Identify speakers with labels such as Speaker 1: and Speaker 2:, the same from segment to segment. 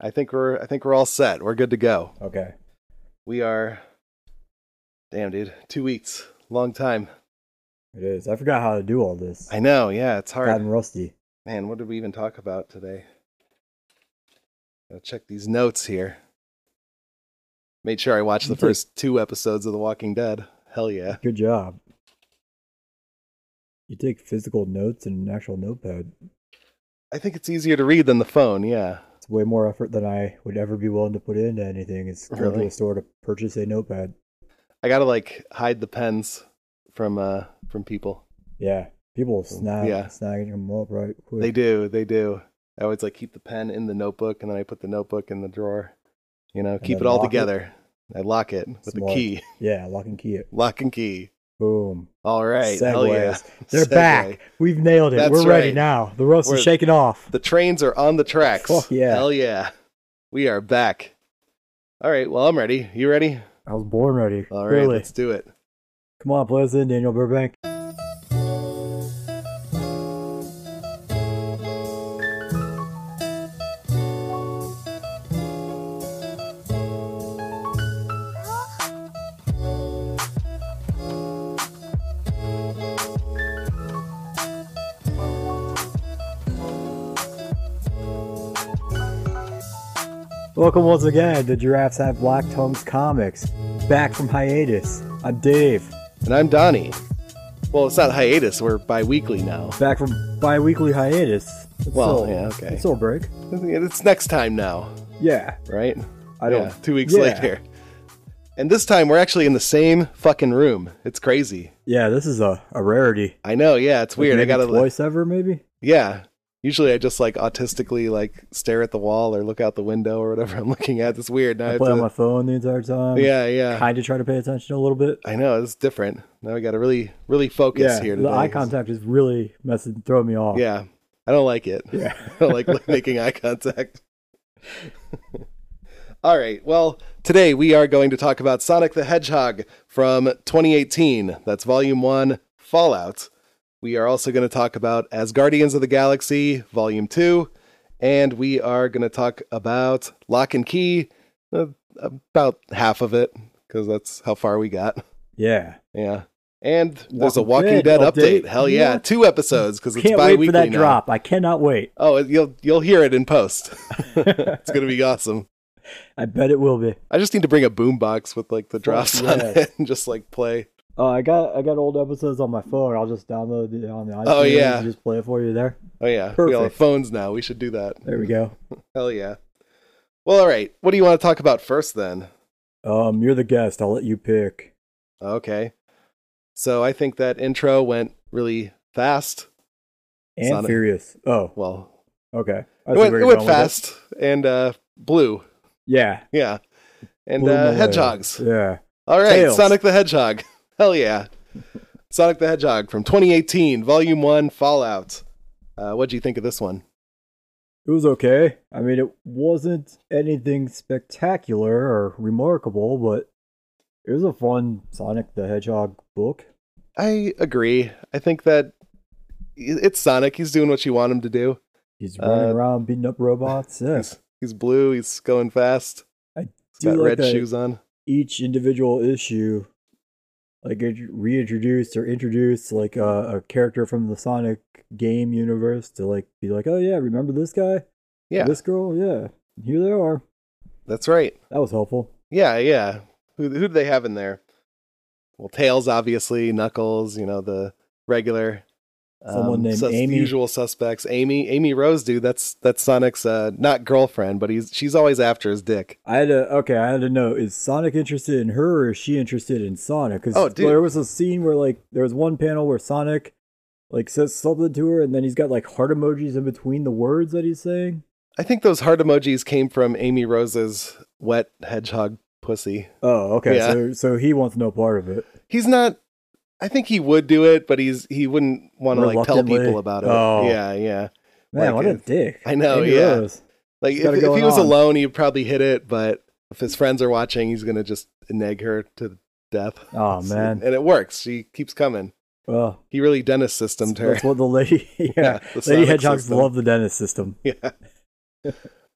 Speaker 1: I think we're I think we're all set. We're good to go.
Speaker 2: Okay.
Speaker 1: We are Damn, dude. 2 weeks. Long time.
Speaker 2: It is. I forgot how to do all this.
Speaker 1: I know. Yeah, it's hard.
Speaker 2: Gotten rusty.
Speaker 1: Man, what did we even talk about today? I'll check these notes here. Made sure I watched the first two episodes of The Walking Dead. Hell yeah.
Speaker 2: Good job. You take physical notes in an actual notepad.
Speaker 1: I think it's easier to read than the phone, yeah.
Speaker 2: It's way more effort than I would ever be willing to put into anything. It's going to
Speaker 1: Really?
Speaker 2: a store to purchase a notepad.
Speaker 1: I gotta like hide the pens from uh from people.
Speaker 2: Yeah. People snag
Speaker 1: Yeah.
Speaker 2: snagging them up right quick.
Speaker 1: They do, they do. I always like keep the pen in the notebook and then I put the notebook in the drawer. You know, keep
Speaker 2: then
Speaker 1: it all
Speaker 2: lock it?
Speaker 1: together. I lock it with
Speaker 2: Smart.
Speaker 1: a key.
Speaker 2: Yeah, lock and key it.
Speaker 1: Lock and key.
Speaker 2: Boom.
Speaker 1: All right. Hell yeah.
Speaker 2: Segues. They're
Speaker 1: Segue.
Speaker 2: back. We've nailed it.
Speaker 1: That's
Speaker 2: We're ready
Speaker 1: right.
Speaker 2: now. The rust
Speaker 1: We're-
Speaker 2: is shaking off.
Speaker 1: The trains are on the tracks.
Speaker 2: Fuck yeah.
Speaker 1: Hell yeah. We are back. All right. Well, I'm ready. You ready?
Speaker 2: I was born ready.
Speaker 1: All right,
Speaker 2: really.
Speaker 1: Let's do it.
Speaker 2: Come on, play us in, Daniel Burbank. Welcome once again to Giraffes Have Black Tongues Comics. Back from hiatus. I'm Dave.
Speaker 1: And I'm Donnie. Well, it's not hiatus. We're bi weekly now.
Speaker 2: back from bi-weekly hiatus. It's
Speaker 1: Well,
Speaker 2: still,
Speaker 1: yeah, okay.
Speaker 2: It's still a break.
Speaker 1: It's next time now,
Speaker 2: Yeah,
Speaker 1: right?
Speaker 2: I don't.
Speaker 1: Yeah, two weeks
Speaker 2: yeah.
Speaker 1: later. And this time we're actually in the same fucking room. It's crazy.
Speaker 2: Yeah, this is a, a rarity.
Speaker 1: I know. Yeah, it's weird.
Speaker 2: Maybe
Speaker 1: I gotta.
Speaker 2: twice ever, maybe.
Speaker 1: Yeah. Usually I just like autistically like stare at the wall or look out the window or whatever I'm looking at. It's weird. Now I
Speaker 2: I
Speaker 1: have
Speaker 2: play on
Speaker 1: to-
Speaker 2: my phone the entire time.
Speaker 1: yeah, yeah.
Speaker 2: kind of try to pay attention a little bit.
Speaker 1: I know it's different. Now we got to really, really focus
Speaker 2: Yeah,
Speaker 1: here.
Speaker 2: the
Speaker 1: Today.
Speaker 2: eye contact is really messing, throwing me off.
Speaker 1: Yeah, I don't like it.
Speaker 2: Yeah.
Speaker 1: I don't like look- making eye contact. All right. Well, today we are going to talk about Sonic the Hedgehog from 2018. That's Volume One, Fallout. We are also going to talk about As Guardians of the Galaxy, Volume Two, and we are going to talk about Lock and Key, uh, about half of it because that's how far we got.
Speaker 2: yeah.
Speaker 1: Yeah. And there's a
Speaker 2: Walking
Speaker 1: Walking Dead,
Speaker 2: Dead
Speaker 1: update.
Speaker 2: update.
Speaker 1: Hell yeah.
Speaker 2: Yeah.
Speaker 1: Two episodes because it's
Speaker 2: Can't
Speaker 1: bi
Speaker 2: wait for
Speaker 1: weekly.
Speaker 2: that
Speaker 1: now.
Speaker 2: drop. I cannot wait.
Speaker 1: Oh, you'll you'll hear it in post. it's gonna be awesome.
Speaker 2: I bet it will be.
Speaker 1: I just need to bring a boombox with like the drops on
Speaker 2: Oh, yes.
Speaker 1: it and just like play.
Speaker 2: Uh, I got I got old episodes on my phone. I'll just download it on the iTunes
Speaker 1: Oh, yeah.
Speaker 2: and just play it for you there.
Speaker 1: Oh yeah. We all have
Speaker 2: Perfect.
Speaker 1: phones now. We should do that.
Speaker 2: There we go.
Speaker 1: Hell yeah. Well, all right. What do you want to talk about first then?
Speaker 2: Um, you're the guest. I'll let you pick.
Speaker 1: Okay. So I think that intro went really fast.
Speaker 2: And
Speaker 1: Sonic.
Speaker 2: Furious. Oh,
Speaker 1: Well,
Speaker 2: okay. I
Speaker 1: it went,
Speaker 2: see where
Speaker 1: it
Speaker 2: you're
Speaker 1: went
Speaker 2: going with
Speaker 1: fast and uh, blue.
Speaker 2: Yeah.
Speaker 1: Yeah. And
Speaker 2: Blew 'em
Speaker 1: uh,
Speaker 2: away.
Speaker 1: hedgehogs.
Speaker 2: Yeah.
Speaker 1: All right,
Speaker 2: Tails.
Speaker 1: Sonic the Hedgehog. Hell yeah. Sonic the Hedgehog from 2018, Volume 1, Fallout. Uh, what'd you think of this one?
Speaker 2: It was okay. I mean, it wasn't anything spectacular or remarkable, but it was a fun Sonic the Hedgehog book.
Speaker 1: I agree. I think that it's Sonic. He's doing what you want him to do.
Speaker 2: He's running
Speaker 1: Uh,
Speaker 2: around beating up robots. Yes.
Speaker 1: He's, he's blue. He's going fast.
Speaker 2: I
Speaker 1: He's
Speaker 2: do
Speaker 1: got
Speaker 2: like
Speaker 1: red
Speaker 2: that
Speaker 1: shoes on.
Speaker 2: Each individual issue, like, it reintroduced or introduced, like, a, a character from the Sonic game universe to, like, be like, oh, yeah, remember this guy?
Speaker 1: Yeah,
Speaker 2: This girl? Yeah. Here they are.
Speaker 1: that's right.
Speaker 2: That was helpful.
Speaker 1: Yeah, yeah. Who, who do they have in there? Well, Tails, obviously. Knuckles, you know, the regular. um,
Speaker 2: Someone named
Speaker 1: sus-
Speaker 2: Amy.
Speaker 1: Usual suspects. Amy, Amy Rose, dude. That's that's Sonic's uh, not girlfriend, but he's she's always after his dick.
Speaker 2: I had to okay. I had to know is Sonic interested in her or is she interested in Sonic? Because
Speaker 1: Oh, dude.
Speaker 2: there was a scene where like there was one panel where Sonic like says something to her, and then he's got like heart emojis in between the words that he's saying.
Speaker 1: I think those heart emojis came from Amy Rose's wet hedgehog pussy.
Speaker 2: Oh, okay.
Speaker 1: Yeah.
Speaker 2: So so he wants no part of it.
Speaker 1: He's not. I think he would do it, but he's he wouldn't want to like tell
Speaker 2: Reluctantly.
Speaker 1: people about it.
Speaker 2: Oh.
Speaker 1: Yeah, yeah.
Speaker 2: Man,
Speaker 1: Like
Speaker 2: what a
Speaker 1: it-
Speaker 2: dick!
Speaker 1: I know,
Speaker 2: Amy
Speaker 1: yeah.
Speaker 2: Rose.
Speaker 1: Like
Speaker 2: He's
Speaker 1: if,
Speaker 2: got it
Speaker 1: if he
Speaker 2: going
Speaker 1: was
Speaker 2: on.
Speaker 1: alone, he'd probably hit it, but if his friends are watching, he's gonna just nag her to death.
Speaker 2: Oh man.
Speaker 1: And it works. She keeps coming.
Speaker 2: Well,
Speaker 1: He really Dennis systemed her.
Speaker 2: that's what the lady. Yeah,
Speaker 1: Yeah, the
Speaker 2: lady
Speaker 1: Sonic
Speaker 2: hedgehogs
Speaker 1: system.
Speaker 2: love the Dennis system.
Speaker 1: Yeah.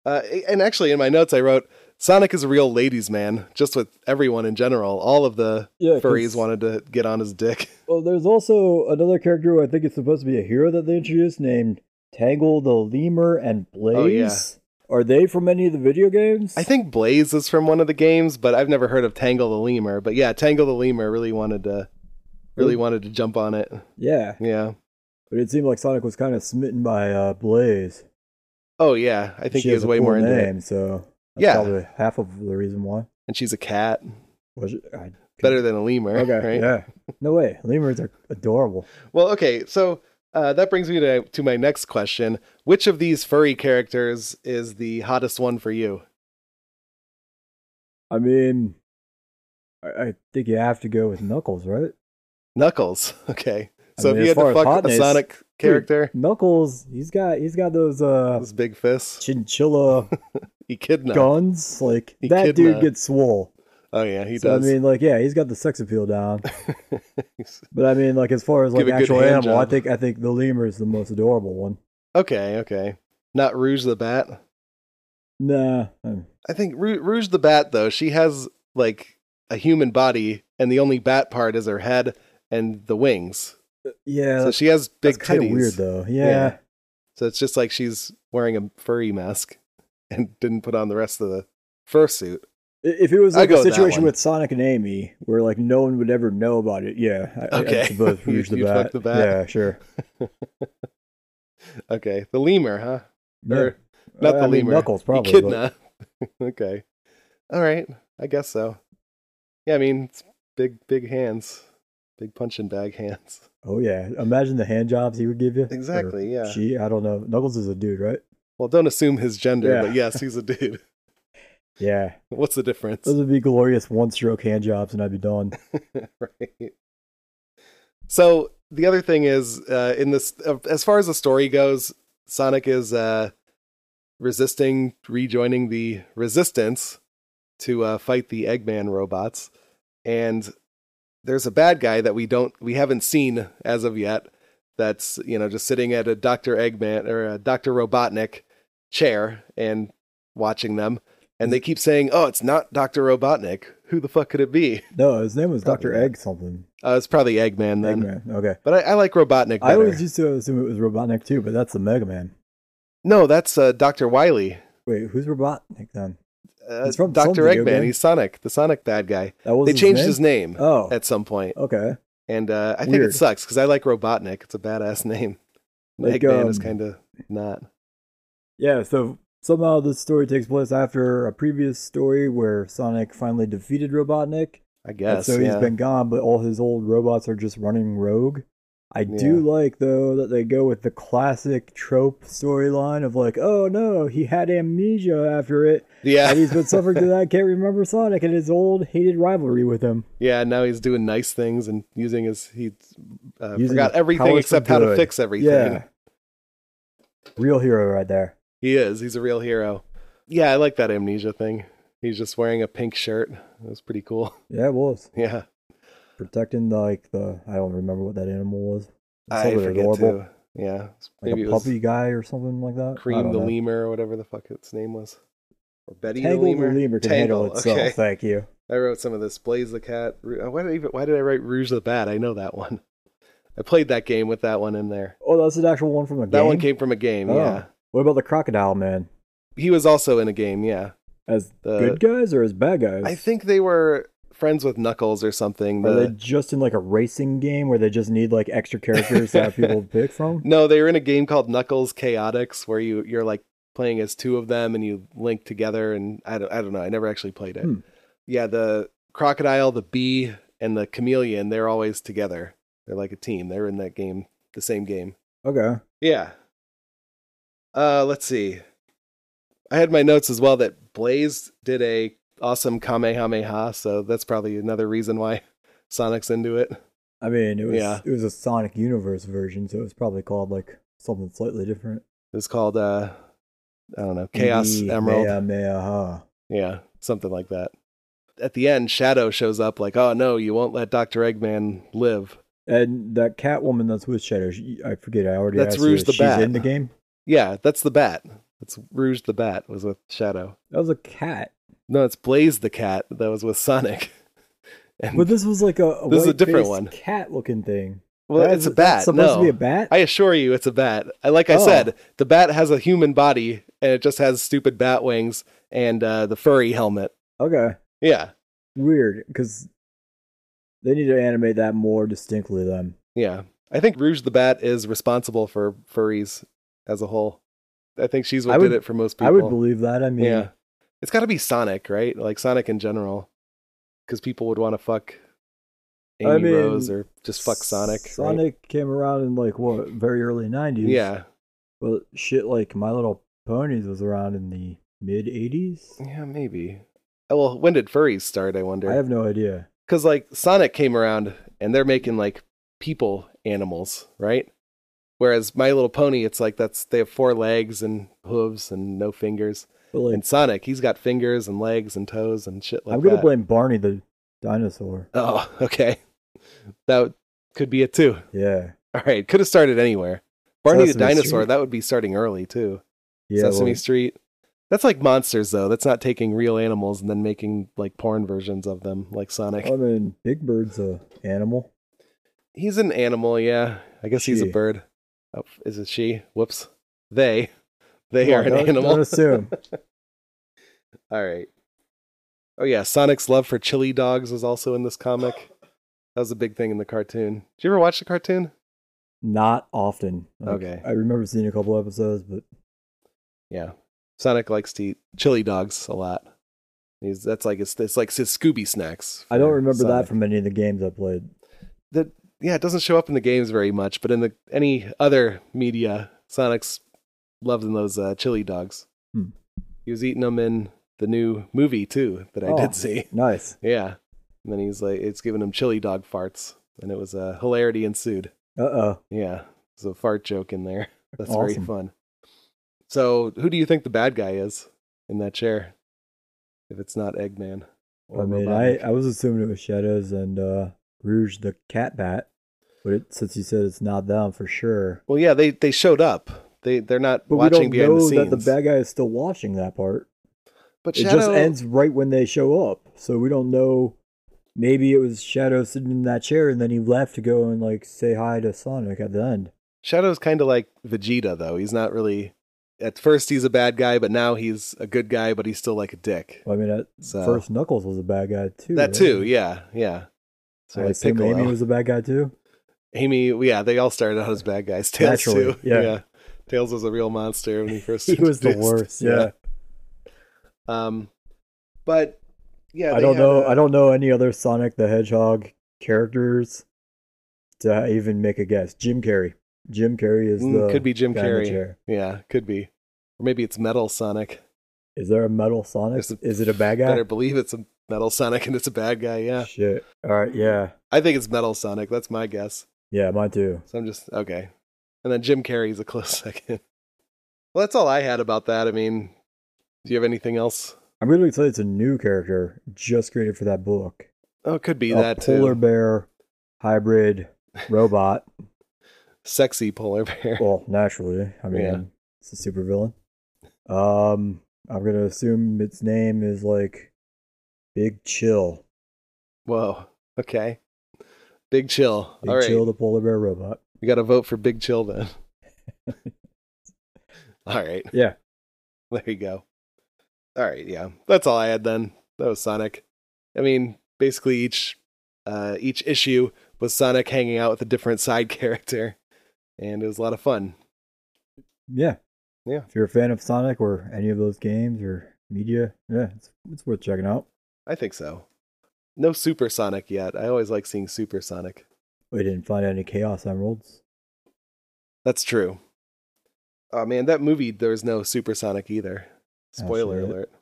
Speaker 1: Uh, and actually, in my notes, I wrote Sonic is a real ladies' man, just with everyone in general. All of the
Speaker 2: Yeah, 'cause-
Speaker 1: furries wanted to get on his dick.
Speaker 2: Well, there's also another character who I think is supposed to be a hero that they introduced named Tangle the Lemur and Blaze.
Speaker 1: Oh, yeah.
Speaker 2: Are they from any of the video games?
Speaker 1: I think Blaze is from one of the games, but I've never heard of Tangle the Lemur. But yeah, Tangle the Lemur really wanted to, really wanted to jump on it.
Speaker 2: Yeah,
Speaker 1: Yeah.
Speaker 2: but it seemed like Sonic was kind of smitten by uh, Blaze.
Speaker 1: Oh yeah, I think he
Speaker 2: she has
Speaker 1: was
Speaker 2: a
Speaker 1: way
Speaker 2: cool
Speaker 1: more into it.
Speaker 2: name, So that's
Speaker 1: Yeah.
Speaker 2: probably half of the reason why.
Speaker 1: And she's a cat,
Speaker 2: Was it? I,
Speaker 1: better than a lemur.
Speaker 2: Okay.
Speaker 1: Right?
Speaker 2: Yeah. No way. Lemurs are adorable.
Speaker 1: Well, okay, so uh, that brings me to, to my next question. Which of these furry characters is the hottest one for you?
Speaker 2: I mean, I, I think you have to go with Knuckles, right?
Speaker 1: Knuckles. Okay.
Speaker 2: I
Speaker 1: So
Speaker 2: mean, as
Speaker 1: if you
Speaker 2: far
Speaker 1: had to
Speaker 2: as
Speaker 1: fuck
Speaker 2: hotness,
Speaker 1: a Sonic character,
Speaker 2: Knuckles, he's got he's got those uh
Speaker 1: those big fists,
Speaker 2: chinchilla
Speaker 1: Echidna.
Speaker 2: guns. Like
Speaker 1: He
Speaker 2: that dude
Speaker 1: kidnapped.
Speaker 2: gets swole.
Speaker 1: Oh yeah, he
Speaker 2: So,
Speaker 1: does.
Speaker 2: I mean, like, yeah, he's got the sex appeal down. But I mean, like, as far as like
Speaker 1: Give a good
Speaker 2: actual
Speaker 1: hand
Speaker 2: animal, I
Speaker 1: job.
Speaker 2: think I think the lemur is the most adorable one.
Speaker 1: okay, okay. Not Rouge the Bat.
Speaker 2: Nah, um,
Speaker 1: I think Ru- Rouge the Bat though. She has like a human body, and the only bat part is her head and the wings.
Speaker 2: yeah,
Speaker 1: so
Speaker 2: that's,
Speaker 1: she has big
Speaker 2: kind of
Speaker 1: titties.
Speaker 2: weird though. Yeah,
Speaker 1: Yeah. So it's just like she's wearing a furry mask and didn't put on the rest of the fursuit.
Speaker 2: I- if it was
Speaker 1: I'd
Speaker 2: like
Speaker 1: go
Speaker 2: a
Speaker 1: with that
Speaker 2: situation
Speaker 1: one.
Speaker 2: with Sonic and Amy, where like no one would ever know about it, yeah, I, I,
Speaker 1: Okay.
Speaker 2: I suppose
Speaker 1: You'd-
Speaker 2: Rouge the
Speaker 1: you'd
Speaker 2: bat.
Speaker 1: fuck the bat.
Speaker 2: Yeah, sure.
Speaker 1: Okay, the lemur, huh?
Speaker 2: Yeah.
Speaker 1: Or not
Speaker 2: I
Speaker 1: the
Speaker 2: mean,
Speaker 1: lemur.
Speaker 2: Knuckles probably. but-
Speaker 1: Echidna. okay. All right. I guess so. Yeah, I mean, it's big, big hands, big punching bag hands.
Speaker 2: Oh yeah, imagine the hand jobs he would give you. Or
Speaker 1: Exactly. Yeah.
Speaker 2: She, I don't know. Knuckles is a dude, right?
Speaker 1: Well, don't assume his gender,
Speaker 2: Yeah.
Speaker 1: but yes, he's a dude.
Speaker 2: Yeah,
Speaker 1: What's the difference?
Speaker 2: those would be glorious one-stroke hand jobs, and I'd be done.
Speaker 1: right. So the other thing is, uh, in this, uh, as far as the story goes, Sonic is uh, resisting rejoining the Resistance to uh, fight the Eggman robots, and there's a bad guy that we don't we haven't seen as of yet. That's you know just sitting at a Doctor Eggman or a Doctor Robotnik chair and watching them, and they keep saying, "Oh, it's not Doctor Robotnik. Who the fuck could it be?"
Speaker 2: No, his name was
Speaker 1: Probably
Speaker 2: Doctor
Speaker 1: not.
Speaker 2: Egg something.
Speaker 1: Uh, it's probably Eggman then.
Speaker 2: Eggman. Okay.
Speaker 1: But I, I like Robotnik better.
Speaker 2: I always used to assume it was Robotnik too, but that's the Mega Man.
Speaker 1: no, that's uh, Doctor Wily.
Speaker 2: Wait, who's Robotnik then?
Speaker 1: Uh,
Speaker 2: He's from some
Speaker 1: Doctor
Speaker 2: video
Speaker 1: Eggman.
Speaker 2: game.
Speaker 1: He's Sonic, the Sonic bad guy.
Speaker 2: That was
Speaker 1: They
Speaker 2: his
Speaker 1: changed
Speaker 2: name?
Speaker 1: his name
Speaker 2: Oh,
Speaker 1: at some point,
Speaker 2: okay.
Speaker 1: and uh, I think it
Speaker 2: Weird.
Speaker 1: sucks because I like Robotnik. It's a badass name. And
Speaker 2: Like,
Speaker 1: Eggman is
Speaker 2: um,
Speaker 1: kind of not.
Speaker 2: Yeah. So somehow this story takes place after a previous story where Sonic finally defeated Robotnik.
Speaker 1: I
Speaker 2: and
Speaker 1: guess.
Speaker 2: so he's
Speaker 1: yeah.
Speaker 2: been gone, but all his old robots are just running rogue. I do like though that they go with the classic trope storyline of like, oh no, he had amnesia after it,
Speaker 1: yeah.
Speaker 2: and he's been suffering through that. Can't remember Sonic and his old hated rivalry with him.
Speaker 1: yeah. Now he's doing nice things and using his. He uh,
Speaker 2: Using
Speaker 1: forgot
Speaker 2: his powers
Speaker 1: everything
Speaker 2: for
Speaker 1: except how to
Speaker 2: good.
Speaker 1: fix everything.
Speaker 2: Yeah. Real hero right there.
Speaker 1: He is. He's a real hero. Yeah, I like that amnesia thing. He's just wearing a pink shirt. It was pretty cool.
Speaker 2: Yeah, it was.
Speaker 1: Yeah.
Speaker 2: Protecting the, like the I don't remember what that animal was. It's
Speaker 1: I
Speaker 2: something
Speaker 1: forget
Speaker 2: adorable.
Speaker 1: too. Yeah,
Speaker 2: Like
Speaker 1: maybe
Speaker 2: a
Speaker 1: it was
Speaker 2: puppy guy or something like that. I
Speaker 1: Cream
Speaker 2: don't
Speaker 1: the
Speaker 2: know.
Speaker 1: lemur or whatever the fuck its name was, or Betty
Speaker 2: Tangle
Speaker 1: the lemur.
Speaker 2: can
Speaker 1: Tangle,
Speaker 2: handle itself.
Speaker 1: Okay,
Speaker 2: Thank you.
Speaker 1: I wrote some of this. Blaze the cat. Ru- uh, Why did I even? Why did I write Rouge the bat? I know that one. I played that game with that one in there.
Speaker 2: Oh, that's an actual one from a game.
Speaker 1: That one came from a game.
Speaker 2: Oh.
Speaker 1: Yeah,
Speaker 2: What about the crocodile man?
Speaker 1: he was also in a game. Yeah,
Speaker 2: As
Speaker 1: The-
Speaker 2: good guys or as bad guys?
Speaker 1: I think they were friends with Knuckles or something.
Speaker 2: Are they
Speaker 1: The-
Speaker 2: just in like a racing game where they just need like extra characters to have people to pick from?
Speaker 1: no, they were in a game called Knuckles Chaotix where you you're like playing as two of them and you link together and I don't I don't know. I never actually played it.
Speaker 2: Hmm.
Speaker 1: Yeah, the crocodile, the bee, and the chameleon, they're always together. They're like a team. They're in that game, the same game.
Speaker 2: Okay.
Speaker 1: Yeah. Uh let's see. I had my notes as well that Blaze did a awesome Kamehameha, so that's probably another reason why Sonic's into it.
Speaker 2: I mean, it was
Speaker 1: Yeah.
Speaker 2: it was a Sonic Universe version, so it was probably called like something slightly different.
Speaker 1: It's called uh I don't know, Chaos
Speaker 2: Indeed,
Speaker 1: Emerald.
Speaker 2: Mea, mea, ha.
Speaker 1: Yeah, something like that. At the end, Shadow shows up like, "Oh no, you won't let Doctor Eggman live."
Speaker 2: And that Catwoman that's with Shadow, she, I forget. I already
Speaker 1: That's
Speaker 2: asked you,
Speaker 1: Rouge the
Speaker 2: she's
Speaker 1: Bat.
Speaker 2: in the game.
Speaker 1: Yeah, that's the Bat. It's Rouge the Bat was with Shadow.
Speaker 2: That was a cat.
Speaker 1: No, it's Blaze the Cat that was with Sonic. And
Speaker 2: But this was like a,
Speaker 1: This is a different
Speaker 2: white-faced
Speaker 1: one.
Speaker 2: cat-looking thing.
Speaker 1: well,
Speaker 2: That-
Speaker 1: it's a
Speaker 2: that's
Speaker 1: bat.
Speaker 2: supposed
Speaker 1: no.
Speaker 2: to be a bat.
Speaker 1: I assure you, it's a bat. I- Like I
Speaker 2: Oh.
Speaker 1: said, the bat has a human body and it just has stupid bat wings and uh, the furry helmet.
Speaker 2: okay,
Speaker 1: Yeah,
Speaker 2: weird because they need to animate that more distinctly. Then
Speaker 1: yeah. I think Rouge the Bat is responsible for furries as a whole. I think she's what
Speaker 2: I would-
Speaker 1: did it for most people.
Speaker 2: I would believe that. I mean,
Speaker 1: Yeah. It's got to be Sonic, right? Like Sonic in general, because people would want to fuck Amy
Speaker 2: I mean,
Speaker 1: Rose or just fuck Sonic. right?
Speaker 2: Sonic came around in like what very early '90s.
Speaker 1: Yeah.
Speaker 2: Well, shit, like My Little Ponies was around in the mid '80s.
Speaker 1: Yeah, maybe. Oh, Well, when did furries start? I
Speaker 2: I
Speaker 1: wonder.
Speaker 2: have no idea.
Speaker 1: Because like Sonic came around, and they're making like people animals, right? Whereas My Little Pony, it's like that's they have four legs and hooves and no fingers.
Speaker 2: But like,
Speaker 1: And Sonic, he's got fingers and legs and toes and shit like
Speaker 2: I'm gonna
Speaker 1: that.
Speaker 2: blame Barney the dinosaur.
Speaker 1: oh, okay. That could be it too.
Speaker 2: Yeah,
Speaker 1: All right, could have started anywhere. Barney the
Speaker 2: Sesame
Speaker 1: Dinosaur,
Speaker 2: Street.
Speaker 1: that would be starting early too.
Speaker 2: yeah.
Speaker 1: Sesame
Speaker 2: well,
Speaker 1: Street. That's like monsters though. That's not taking real animals and then making like porn versions of them like Sonic.
Speaker 2: I mean, Big Bird's a animal.
Speaker 1: He's an animal, yeah. I guess he's a
Speaker 2: She.
Speaker 1: bird. Oh, is it she? Whoops. They. They
Speaker 2: Come
Speaker 1: are
Speaker 2: on,
Speaker 1: an
Speaker 2: don't-
Speaker 1: animal.
Speaker 2: Don't assume.
Speaker 1: All right. Oh yeah, Sonic's love for chili dogs was also in this comic. That was a big thing in the cartoon. Did you ever watch the cartoon?
Speaker 2: Not often. Like,
Speaker 1: Okay.
Speaker 2: I remember seeing a couple episodes, but
Speaker 1: Yeah. Sonic likes to eat chili dogs a lot. He's that's like it's, it's like his Scooby snacks.
Speaker 2: I don't
Speaker 1: for
Speaker 2: remember
Speaker 1: Sonic.
Speaker 2: that from any of the games I played.
Speaker 1: that yeah, it doesn't show up in the games very much, but in the any other media, Sonic's loving those uh, chili dogs.
Speaker 2: Hmm.
Speaker 1: He was eating them in the new movie too that I
Speaker 2: Oh.
Speaker 1: did see.
Speaker 2: Nice.
Speaker 1: Yeah, and then he's like, it's giving him chili dog farts, and it was uh, hilarity ensued.
Speaker 2: Uh oh.
Speaker 1: Yeah, there's a fart joke in there. That's
Speaker 2: Awesome.
Speaker 1: very fun. So, who do you think the bad guy is in that chair? If it's not Eggman, or
Speaker 2: I mean, I,
Speaker 1: Robotnik?
Speaker 2: I was assuming it was Shadows and uh, Rouge the Cat Bat, but it, since you said it's not them for sure,
Speaker 1: well, yeah, they they showed up. They they're not
Speaker 2: but
Speaker 1: watching
Speaker 2: we don't
Speaker 1: behind
Speaker 2: know
Speaker 1: the scenes.
Speaker 2: that the bad guy is still watching that part.
Speaker 1: But
Speaker 2: it
Speaker 1: Shadow,
Speaker 2: just ends right when they show up, so we don't know. Maybe it was Shadow sitting in that chair, and then he left to go and like say hi to Sonic at the end.
Speaker 1: Shadow's kind of like Vegeta, though. He's not really. At first, he's a bad guy, but now he's a good guy, but he's still like a dick.
Speaker 2: Well, I mean, at
Speaker 1: So
Speaker 2: first Knuckles was a bad guy too.
Speaker 1: that
Speaker 2: right?
Speaker 1: too, yeah, yeah. So
Speaker 2: I
Speaker 1: like
Speaker 2: assume
Speaker 1: Piccolo,
Speaker 2: Amy was a bad guy too.
Speaker 1: Amy, yeah, they all started out as bad guys. Tails
Speaker 2: Naturally,
Speaker 1: too,
Speaker 2: yeah.
Speaker 1: Tails was a real monster when he first.
Speaker 2: He was the
Speaker 1: introduced.
Speaker 2: worst. Yeah,
Speaker 1: Um, but yeah,
Speaker 2: I don't know. I I don't know any other Sonic the Hedgehog characters to even make a guess. Jim Carrey. Jim Carrey is the
Speaker 1: Mm, could be Jim
Speaker 2: guy in the
Speaker 1: Carrey.
Speaker 2: chair.
Speaker 1: Yeah, could be, or maybe it's Metal Sonic.
Speaker 2: Is there a metal Sonic?
Speaker 1: There's a-
Speaker 2: Is it a bad guy?
Speaker 1: Better believe it's a Metal Sonic and it's a bad guy. Yeah,
Speaker 2: Shit. All right. Yeah.
Speaker 1: I think it's Metal Sonic. That's my guess.
Speaker 2: Yeah. Mine too.
Speaker 1: So I'm just okay. And then Jim Carrey's a close second. well, that's all I had about that. I mean, do you have anything else?
Speaker 2: I'm really excited. It's a new character just created for that book.
Speaker 1: Oh, it could be
Speaker 2: a
Speaker 1: that
Speaker 2: polar
Speaker 1: too.
Speaker 2: bear hybrid robot.
Speaker 1: Sexy polar bear.
Speaker 2: Well, naturally. I mean,
Speaker 1: Yeah.
Speaker 2: it's a super villain. Um, I'm gonna assume its name is like Big Chill.
Speaker 1: Whoa. Okay. Big chill.
Speaker 2: Big
Speaker 1: all right.
Speaker 2: Chill, the polar bear robot.
Speaker 1: We got to vote for Big Chill then. all right.
Speaker 2: Yeah.
Speaker 1: There you go. All right, yeah. That's all I had then. That was Sonic. I mean, basically each uh each issue was Sonic hanging out with a different side character and it was a lot of fun.
Speaker 2: Yeah.
Speaker 1: Yeah.
Speaker 2: If you're a fan of Sonic or any of those games or media, yeah, it's, it's worth checking out.
Speaker 1: I think so. No Super Sonic yet. I always like seeing Super Sonic.
Speaker 2: We didn't find any Chaos Emeralds.
Speaker 1: That's true. Oh man, that movie there was no Super Sonic either. Spoiler
Speaker 2: shit.
Speaker 1: alert.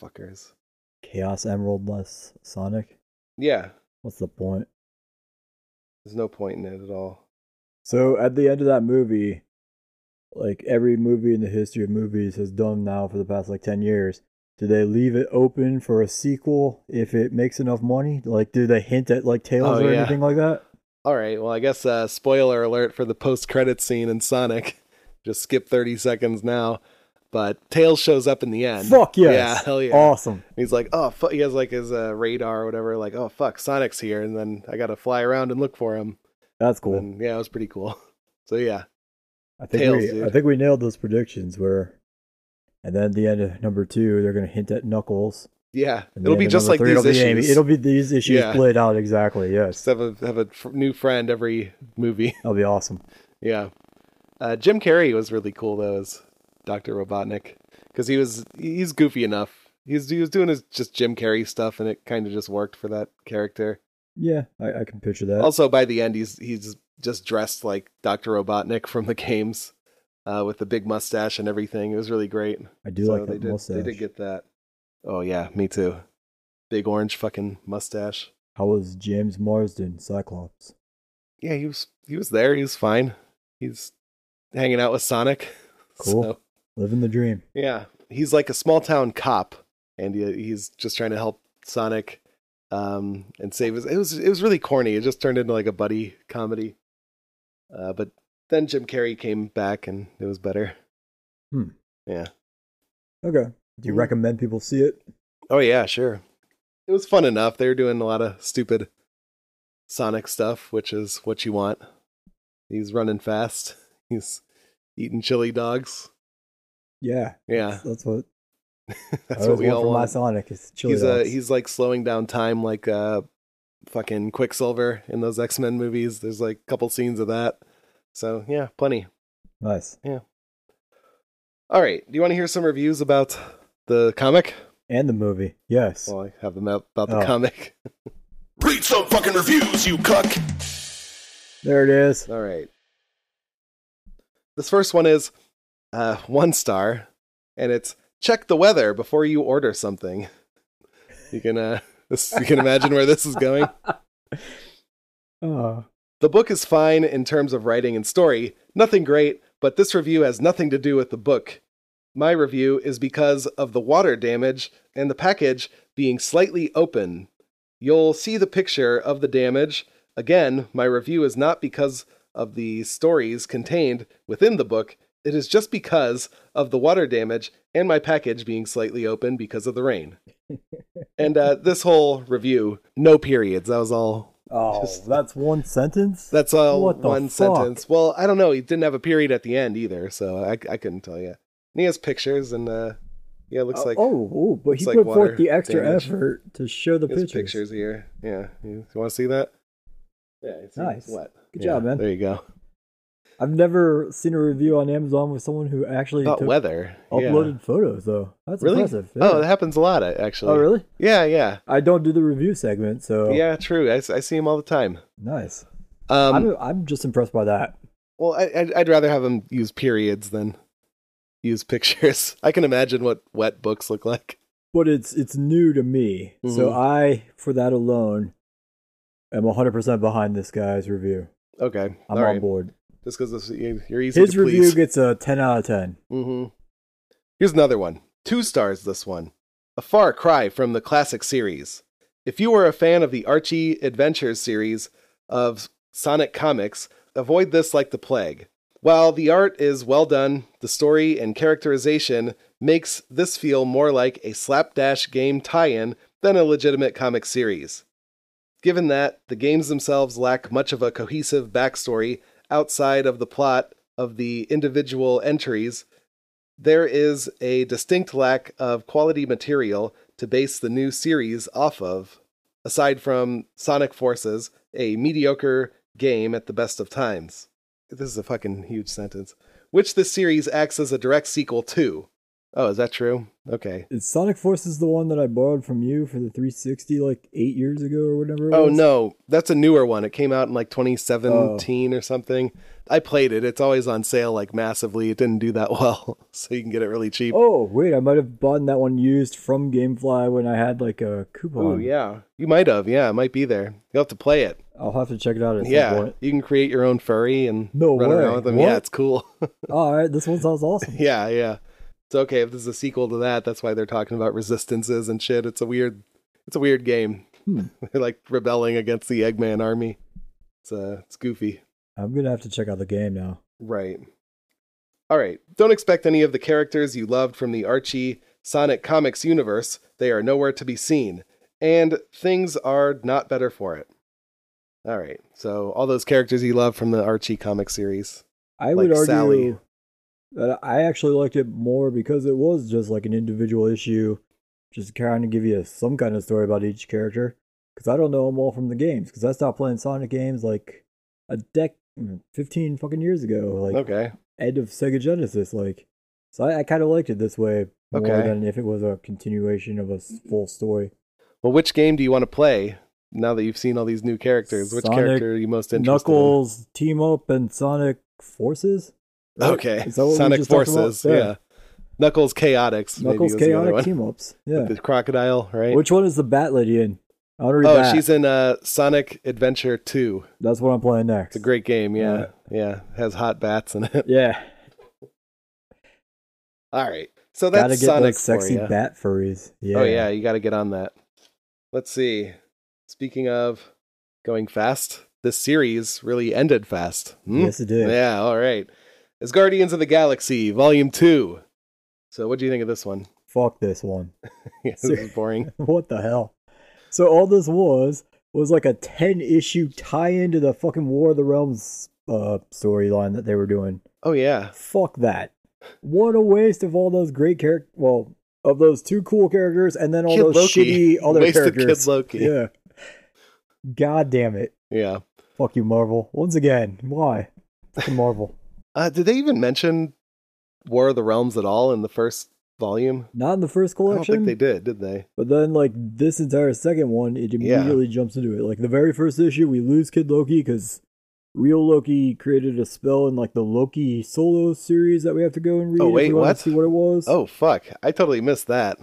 Speaker 1: Fuckers.
Speaker 2: Chaos Emerald less Sonic.
Speaker 1: Yeah,
Speaker 2: What's the point?
Speaker 1: there's no point in it at all.
Speaker 2: So at the end of that movie, like every movie in the history of movies has done now for the past like 10 years, do they leave it open for a sequel if it makes enough money? Like, do they hint at like Tails
Speaker 1: Oh,
Speaker 2: or
Speaker 1: yeah.
Speaker 2: anything like that?
Speaker 1: All right. Well, I guess uh, spoiler alert for the post credit scene in Sonic. Just skip 30 seconds now. But Tails shows up in the end.
Speaker 2: Fuck yes.
Speaker 1: Yeah, hell yeah.
Speaker 2: Awesome.
Speaker 1: And he's like, oh, fuck. He has like his uh, radar or whatever, like, oh, fuck, Sonic's here. And then I got to fly around and look for him.
Speaker 2: That's cool.
Speaker 1: And yeah, it was pretty cool. So yeah,
Speaker 2: I think
Speaker 1: Tails,
Speaker 2: we
Speaker 1: dude.
Speaker 2: I think we nailed those predictions where and then at the end of number two, they're gonna hint at Knuckles.
Speaker 1: yeah,
Speaker 2: And the
Speaker 1: it'll
Speaker 2: end
Speaker 1: be
Speaker 2: of
Speaker 1: just
Speaker 2: number
Speaker 1: like these
Speaker 2: three, it'll Be,
Speaker 1: issues.
Speaker 2: Amy- it'll be these issues
Speaker 1: Yeah.
Speaker 2: played out exactly, yes.
Speaker 1: Just have a have a f- new friend every movie.
Speaker 2: That'll be awesome.
Speaker 1: Yeah. Uh, Jim Carrey was really cool though as Dr. Robotnik because he was he's goofy enough. He's he was doing his just Jim Carrey stuff and it kind of just worked for that character.
Speaker 2: Yeah, I, I can picture that.
Speaker 1: Also, by the end, he's he's just dressed like Dr. Robotnik from the games uh, with the big mustache and everything. It was really great.
Speaker 2: I do
Speaker 1: So
Speaker 2: like
Speaker 1: they
Speaker 2: that
Speaker 1: did
Speaker 2: mustache.
Speaker 1: they did get that. Oh yeah, me too. Big orange fucking mustache.
Speaker 2: How was James Marsden Cyclops?
Speaker 1: Yeah, he was he was there. He was fine. He's hanging out with Sonic.
Speaker 2: Cool.
Speaker 1: So-
Speaker 2: Living the dream.
Speaker 1: Yeah, he's like a small town cop, and he, he's just trying to help Sonic um, and save his. It was it was really corny. It just turned into like a buddy comedy. Uh, but then Jim Carrey came back, and it was better.
Speaker 2: Okay. Do you
Speaker 1: Mm.
Speaker 2: recommend people see it?
Speaker 1: Oh yeah, sure. It was fun enough. They were doing a lot of stupid Sonic stuff, which is what you want. He's running fast. He's eating chili dogs.
Speaker 2: Yeah.
Speaker 1: Yeah,
Speaker 2: That's what I
Speaker 1: that's
Speaker 2: always
Speaker 1: what we
Speaker 2: want
Speaker 1: all
Speaker 2: for my
Speaker 1: want.
Speaker 2: Sonic. It's chili
Speaker 1: he's uh
Speaker 2: dogs.
Speaker 1: he's like slowing down time like uh fucking Quicksilver in those X-Men movies. There's like a couple scenes of that. So yeah, plenty.
Speaker 2: nice.
Speaker 1: All right. Do you want to hear some reviews about the comic?
Speaker 2: And the movie. Yes.
Speaker 1: Well, I have them out about the
Speaker 2: Oh.
Speaker 1: comic.
Speaker 3: Read some fucking reviews, you cuck!
Speaker 2: There it is.
Speaker 1: All right. This first one is uh one star and it's check the weather before you order something. You can uh this, you can imagine where this is going.
Speaker 2: Oh.
Speaker 1: The book is fine in terms of writing and story, nothing great, but this review has nothing to do with the book. My review is because of the water damage and the package being slightly open. You'll see the picture of the damage. Again, my review is not because of the stories contained within the book, it is just because of the water damage and my package being slightly open because of the rain. and uh, this whole review, no periods. That was all
Speaker 2: Oh,
Speaker 1: Just-
Speaker 2: that's one sentence?
Speaker 1: that's all
Speaker 2: What the
Speaker 1: one
Speaker 2: fuck?
Speaker 1: sentence. Well, I don't know. He didn't have a period at the end either, so I, I couldn't tell you. And he has pictures, and uh, yeah, it looks like
Speaker 2: oh, oh, but
Speaker 1: looks
Speaker 2: he
Speaker 1: like
Speaker 2: put
Speaker 1: water
Speaker 2: forth the extra
Speaker 1: damage.
Speaker 2: effort to show the
Speaker 1: he has
Speaker 2: pictures.
Speaker 1: pictures here. Yeah, you, want to see that? Yeah, it's
Speaker 2: Nice.
Speaker 1: What?
Speaker 2: Good
Speaker 1: Yeah,
Speaker 2: job, man.
Speaker 1: There you go.
Speaker 2: I've never seen a review on Amazon with someone who actually
Speaker 1: About
Speaker 2: took,
Speaker 1: weather. yeah.
Speaker 2: uploaded photos, though. That's
Speaker 1: Really?
Speaker 2: impressive.
Speaker 1: Oh,
Speaker 2: yeah.
Speaker 1: that happens a lot, uh, actually.
Speaker 2: oh, really?
Speaker 1: Yeah, yeah,
Speaker 2: I don't do the review segment, so
Speaker 1: yeah. True. I, s- I see him all the time.
Speaker 2: nice.
Speaker 1: Um,
Speaker 2: I'm, I'm just impressed by that.
Speaker 1: Well, I, I'd, I'd rather have him use periods than use pictures. I can imagine what wet books look like.
Speaker 2: But it's it's new to me, so
Speaker 1: Mhm.
Speaker 2: I, for that alone, am 100% behind this guy's review.
Speaker 1: Okay,
Speaker 2: I'm
Speaker 1: all
Speaker 2: on
Speaker 1: right.
Speaker 2: board.
Speaker 1: Just because you're easy
Speaker 2: His
Speaker 1: to please.
Speaker 2: review gets a 10 out of 10.
Speaker 1: Mm-hmm. Here's another one. Two stars this one. A far cry from the classic series. If you are a fan of the Archie Adventures series of Sonic comics, avoid this like the plague. While the art is well done, the story and characterization makes this feel more like a slapdash game tie in than a legitimate comic series. Given that, the games themselves lack much of a cohesive backstory outside of the plot of the individual entries, there is a distinct lack of quality material to base the new series off of, aside from Sonic Forces, a mediocre game at the best of times. This is a fucking huge sentence. Which this series acts as a direct sequel to. Oh, is that true? Okay.
Speaker 2: Is Sonic Forces the one that I borrowed from you for the 360 like eight years ago or whatever? it
Speaker 1: Oh
Speaker 2: was?
Speaker 1: no, that's a newer one. It came out in like 2017 or something. I played it. It's always on sale like massively. It didn't do that well, so you can get it really cheap.
Speaker 2: Oh wait, I might have bought that one used from GameFly when I had like a coupon.
Speaker 1: Oh yeah, you might have. Yeah, it might be there. You'll have to play it.
Speaker 2: I'll have to check it out at some
Speaker 1: Yeah,
Speaker 2: point.
Speaker 1: you can create your own furry and
Speaker 2: No
Speaker 1: run
Speaker 2: way.
Speaker 1: around with them.
Speaker 2: What?
Speaker 1: Yeah, it's cool.
Speaker 2: All right, this one sounds awesome.
Speaker 1: yeah, yeah. It's okay if this is a sequel to that. That's why they're talking about resistances and shit. It's a weird, it's a weird game.
Speaker 2: Hmm.
Speaker 1: they're like rebelling against the Eggman army. It's uh, it's goofy.
Speaker 2: I'm gonna have to check out the game now.
Speaker 1: Right. All right, don't expect any of the characters you loved from the Archie Sonic Comics universe. They are nowhere to be seen, and things are not better for it. All right, so all those characters you love from the Archie comic series.
Speaker 2: I
Speaker 1: Like
Speaker 2: would argue
Speaker 1: Sally.
Speaker 2: that I actually liked it more because it was just like an individual issue, just trying to give you some kind of story about each character. Because I don't know them all from the games. Because I stopped playing Sonic games like a dec, mm, fifteen fucking years ago, like
Speaker 1: Okay,
Speaker 2: end of Sega Genesis. Like, so I, I kind of liked it this way more
Speaker 1: Okay. Mm.
Speaker 2: than if it was a continuation of a s- full story.
Speaker 1: well, which game do you want to play now that you've seen all these new characters? Which
Speaker 2: Sonic,
Speaker 1: character are you most interested in?
Speaker 2: Knuckles team up and Sonic Forces. Right?
Speaker 1: Okay,
Speaker 2: Is that what we
Speaker 1: Sonic
Speaker 2: just talked about?
Speaker 1: Forces. Yeah. Knuckles Chaotix. maybe
Speaker 2: Knuckles
Speaker 1: was the other
Speaker 2: chaotic
Speaker 1: one.
Speaker 2: team ups. Yeah.
Speaker 1: The crocodile, right?
Speaker 2: Which one is the Bat Lady in? I want to read
Speaker 1: oh,
Speaker 2: that.
Speaker 1: she's in uh, Sonic Adventure 2.
Speaker 2: That's what I'm playing
Speaker 1: It's
Speaker 2: next.
Speaker 1: a great game, yeah. Yeah, has hot bats in it.
Speaker 2: Yeah.
Speaker 1: All right. So
Speaker 2: Gotta
Speaker 1: Oh, that's
Speaker 2: get
Speaker 1: Sonic
Speaker 2: those sexy
Speaker 1: for ya.
Speaker 2: bat furries. Yeah.
Speaker 1: Oh yeah, you got to get on that. Let's see. Speaking of going fast, this series really ended fast. Hmm?
Speaker 2: Yes, it did.
Speaker 1: Yeah, all right. It's Guardians of the Galaxy Volume 2. So what do you think of this one?
Speaker 2: Fuck this one.
Speaker 1: this is boring.
Speaker 2: what the hell? So all this was was like a ten issue tie into the fucking War of the Realms uh, storyline that they were doing.
Speaker 1: Oh yeah.
Speaker 2: Fuck that. What a waste of all those great characters. Well, of those two cool characters, and then all
Speaker 1: Kid
Speaker 2: those
Speaker 1: Loki.
Speaker 2: shitty other
Speaker 1: Wasted Kid
Speaker 2: characters.
Speaker 1: Loki.
Speaker 2: Yeah. God damn it.
Speaker 1: Yeah.
Speaker 2: Fuck you, Marvel. Once again, why? Fucking Marvel.
Speaker 1: Uh, did they even mention War of the Realms at all in the first volume?
Speaker 2: Not in the
Speaker 1: I
Speaker 2: first
Speaker 1: don't think
Speaker 2: collection,
Speaker 1: they did, did they?
Speaker 2: but then like this entire second one, it
Speaker 1: Yeah.
Speaker 2: immediately jumps into it. Like the very first issue, we lose Kid Loki because real Loki created a spell in like the Loki solo series that we have to go and read.
Speaker 1: Oh,
Speaker 2: if
Speaker 1: wait,
Speaker 2: we wanna
Speaker 1: what?
Speaker 2: See what it was?
Speaker 1: Oh fuck. I totally missed that.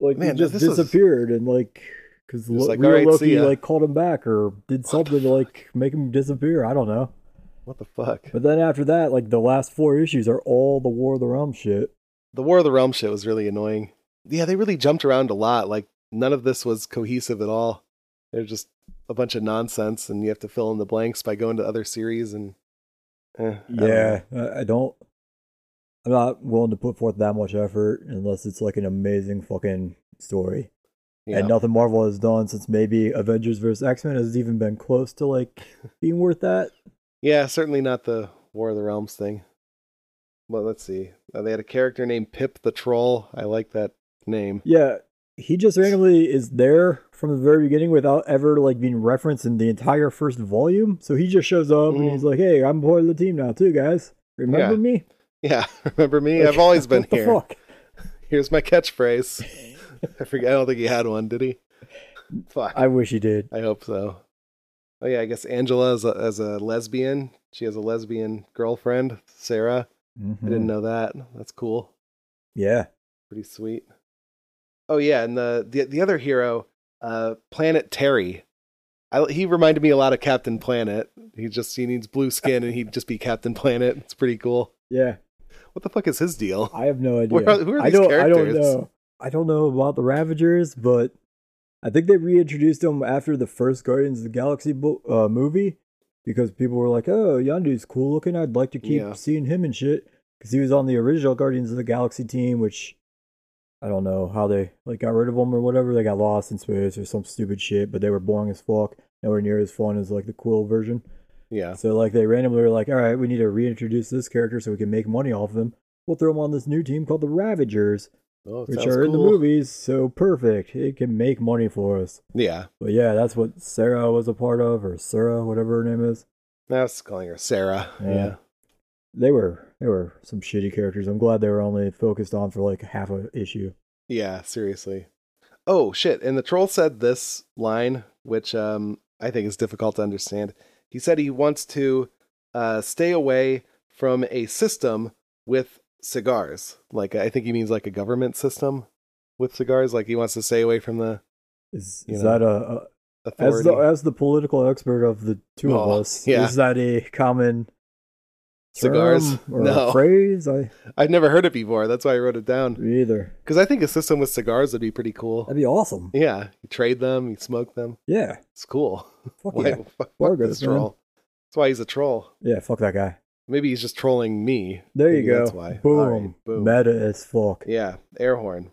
Speaker 2: like
Speaker 1: man,
Speaker 2: he just
Speaker 1: this was-
Speaker 2: disappeared and like because
Speaker 1: was like,
Speaker 2: real
Speaker 1: "Alright, see
Speaker 2: Loki
Speaker 1: ya."
Speaker 2: like called him back or did something to like make him disappear. I don't know.
Speaker 1: What the fuck?
Speaker 2: But then after that, like the last four issues are all the War of the Realm shit.
Speaker 1: the War of the Realm shit was really annoying. Yeah, they really jumped around a lot. Like none of this was cohesive at all. They're just a bunch of nonsense, and you have to fill in the blanks by going to other series. And eh, I don't know.
Speaker 2: Yeah, I I don't. I'm not willing to put forth that much effort unless it's like an amazing fucking story.
Speaker 1: yeah,
Speaker 2: And nothing Marvel has done since maybe Avengers vs X Men has even been close to like being worth that.
Speaker 1: yeah, certainly not the War of the Realms thing. Well, let's see. Uh, they had a character named Pip the Troll. I like that name.
Speaker 2: Yeah, he just randomly is there from the very beginning without ever like being referenced in the entire first volume. So he just shows up and
Speaker 1: Mhm.
Speaker 2: he's like, "Hey, I'm part of the team now too, guys. Remember
Speaker 1: Yeah.
Speaker 2: me?
Speaker 1: Yeah, remember me?
Speaker 2: Like,
Speaker 1: I've always been
Speaker 2: what the
Speaker 1: here.
Speaker 2: fuck?
Speaker 1: Here's my catchphrase. I forget. I don't think he had one, did he? Fuck.
Speaker 2: I wish he did.
Speaker 1: I hope so. Oh yeah, I guess Angela is a, as a lesbian. She has a lesbian girlfriend, Sarah. I didn't
Speaker 2: Mhm.
Speaker 1: know that. That's cool.
Speaker 2: Yeah,
Speaker 1: Pretty sweet. Oh yeah, and the the, the other hero, uh, Planet Terry. I, he reminded me a lot of Captain Planet. He just he needs blue skin and he'd just be Captain Planet. It's pretty cool.
Speaker 2: yeah.
Speaker 1: What the fuck is his deal?
Speaker 2: I have no idea.
Speaker 1: Where are- who are
Speaker 2: I
Speaker 1: these
Speaker 2: don't, I don't
Speaker 1: characters?
Speaker 2: know. I don't know about the Ravagers, but I think they reintroduced them after the first Guardians of the Galaxy bo- uh, movie because people were like, "Oh, Yondu's cool looking. I'd like to keep
Speaker 1: Yeah.
Speaker 2: seeing him and shit." Because he was on the original Guardians of the Galaxy team, which I don't know how they like got rid of them or whatever. They got lost in space or some stupid shit, but they were boring as fuck. Nowhere near as fun as like the Quill version.
Speaker 1: Yeah.
Speaker 2: So like they randomly were like, all right, we need to reintroduce this character so we can make money off of him. We'll throw him on this new team called the Ravagers,
Speaker 1: Oh,
Speaker 2: which
Speaker 1: sounds
Speaker 2: are in the
Speaker 1: cool.
Speaker 2: movies. So perfect, it can make money for us.
Speaker 1: Yeah.
Speaker 2: But yeah, that's what Sarah was a part of, or Sarah, whatever her name is.
Speaker 1: I was calling her Sarah.
Speaker 2: Yeah.
Speaker 1: yeah.
Speaker 2: They were they were some shitty characters. I'm glad they were only focused on for like half a issue.
Speaker 1: Yeah, seriously. Oh shit, and the troll said this line which um I think is difficult to understand. He said he wants to uh stay away from a system with cigars. Like I think he means like a government system with cigars like he wants to stay away from the
Speaker 2: Is,
Speaker 1: You
Speaker 2: is
Speaker 1: know,
Speaker 2: that a, a as uh,
Speaker 1: authority.
Speaker 2: the as the political expert of the two
Speaker 1: Oh,
Speaker 2: of us?
Speaker 1: yeah.
Speaker 2: Is that a common
Speaker 1: Cigars?
Speaker 2: term or
Speaker 1: No.
Speaker 2: phrase? I
Speaker 1: I've never heard it before. That's why I wrote it down.
Speaker 2: me either.
Speaker 1: Cuz I think a system with cigars would be pretty cool.
Speaker 2: That'd be awesome.
Speaker 1: Yeah, you trade them, you smoke them.
Speaker 2: Yeah.
Speaker 1: It's cool.
Speaker 2: Fuck
Speaker 1: Why-
Speaker 2: yeah.
Speaker 1: fuck
Speaker 2: Bargains,
Speaker 1: this
Speaker 2: man.
Speaker 1: troll. That's why he's a troll.
Speaker 2: Yeah, fuck that guy.
Speaker 1: Maybe he's just trolling me.
Speaker 2: There
Speaker 1: Maybe
Speaker 2: you go.
Speaker 1: That's why.
Speaker 2: Boom.
Speaker 1: All right, boom.
Speaker 2: Meta as fuck.
Speaker 1: Yeah, air horn.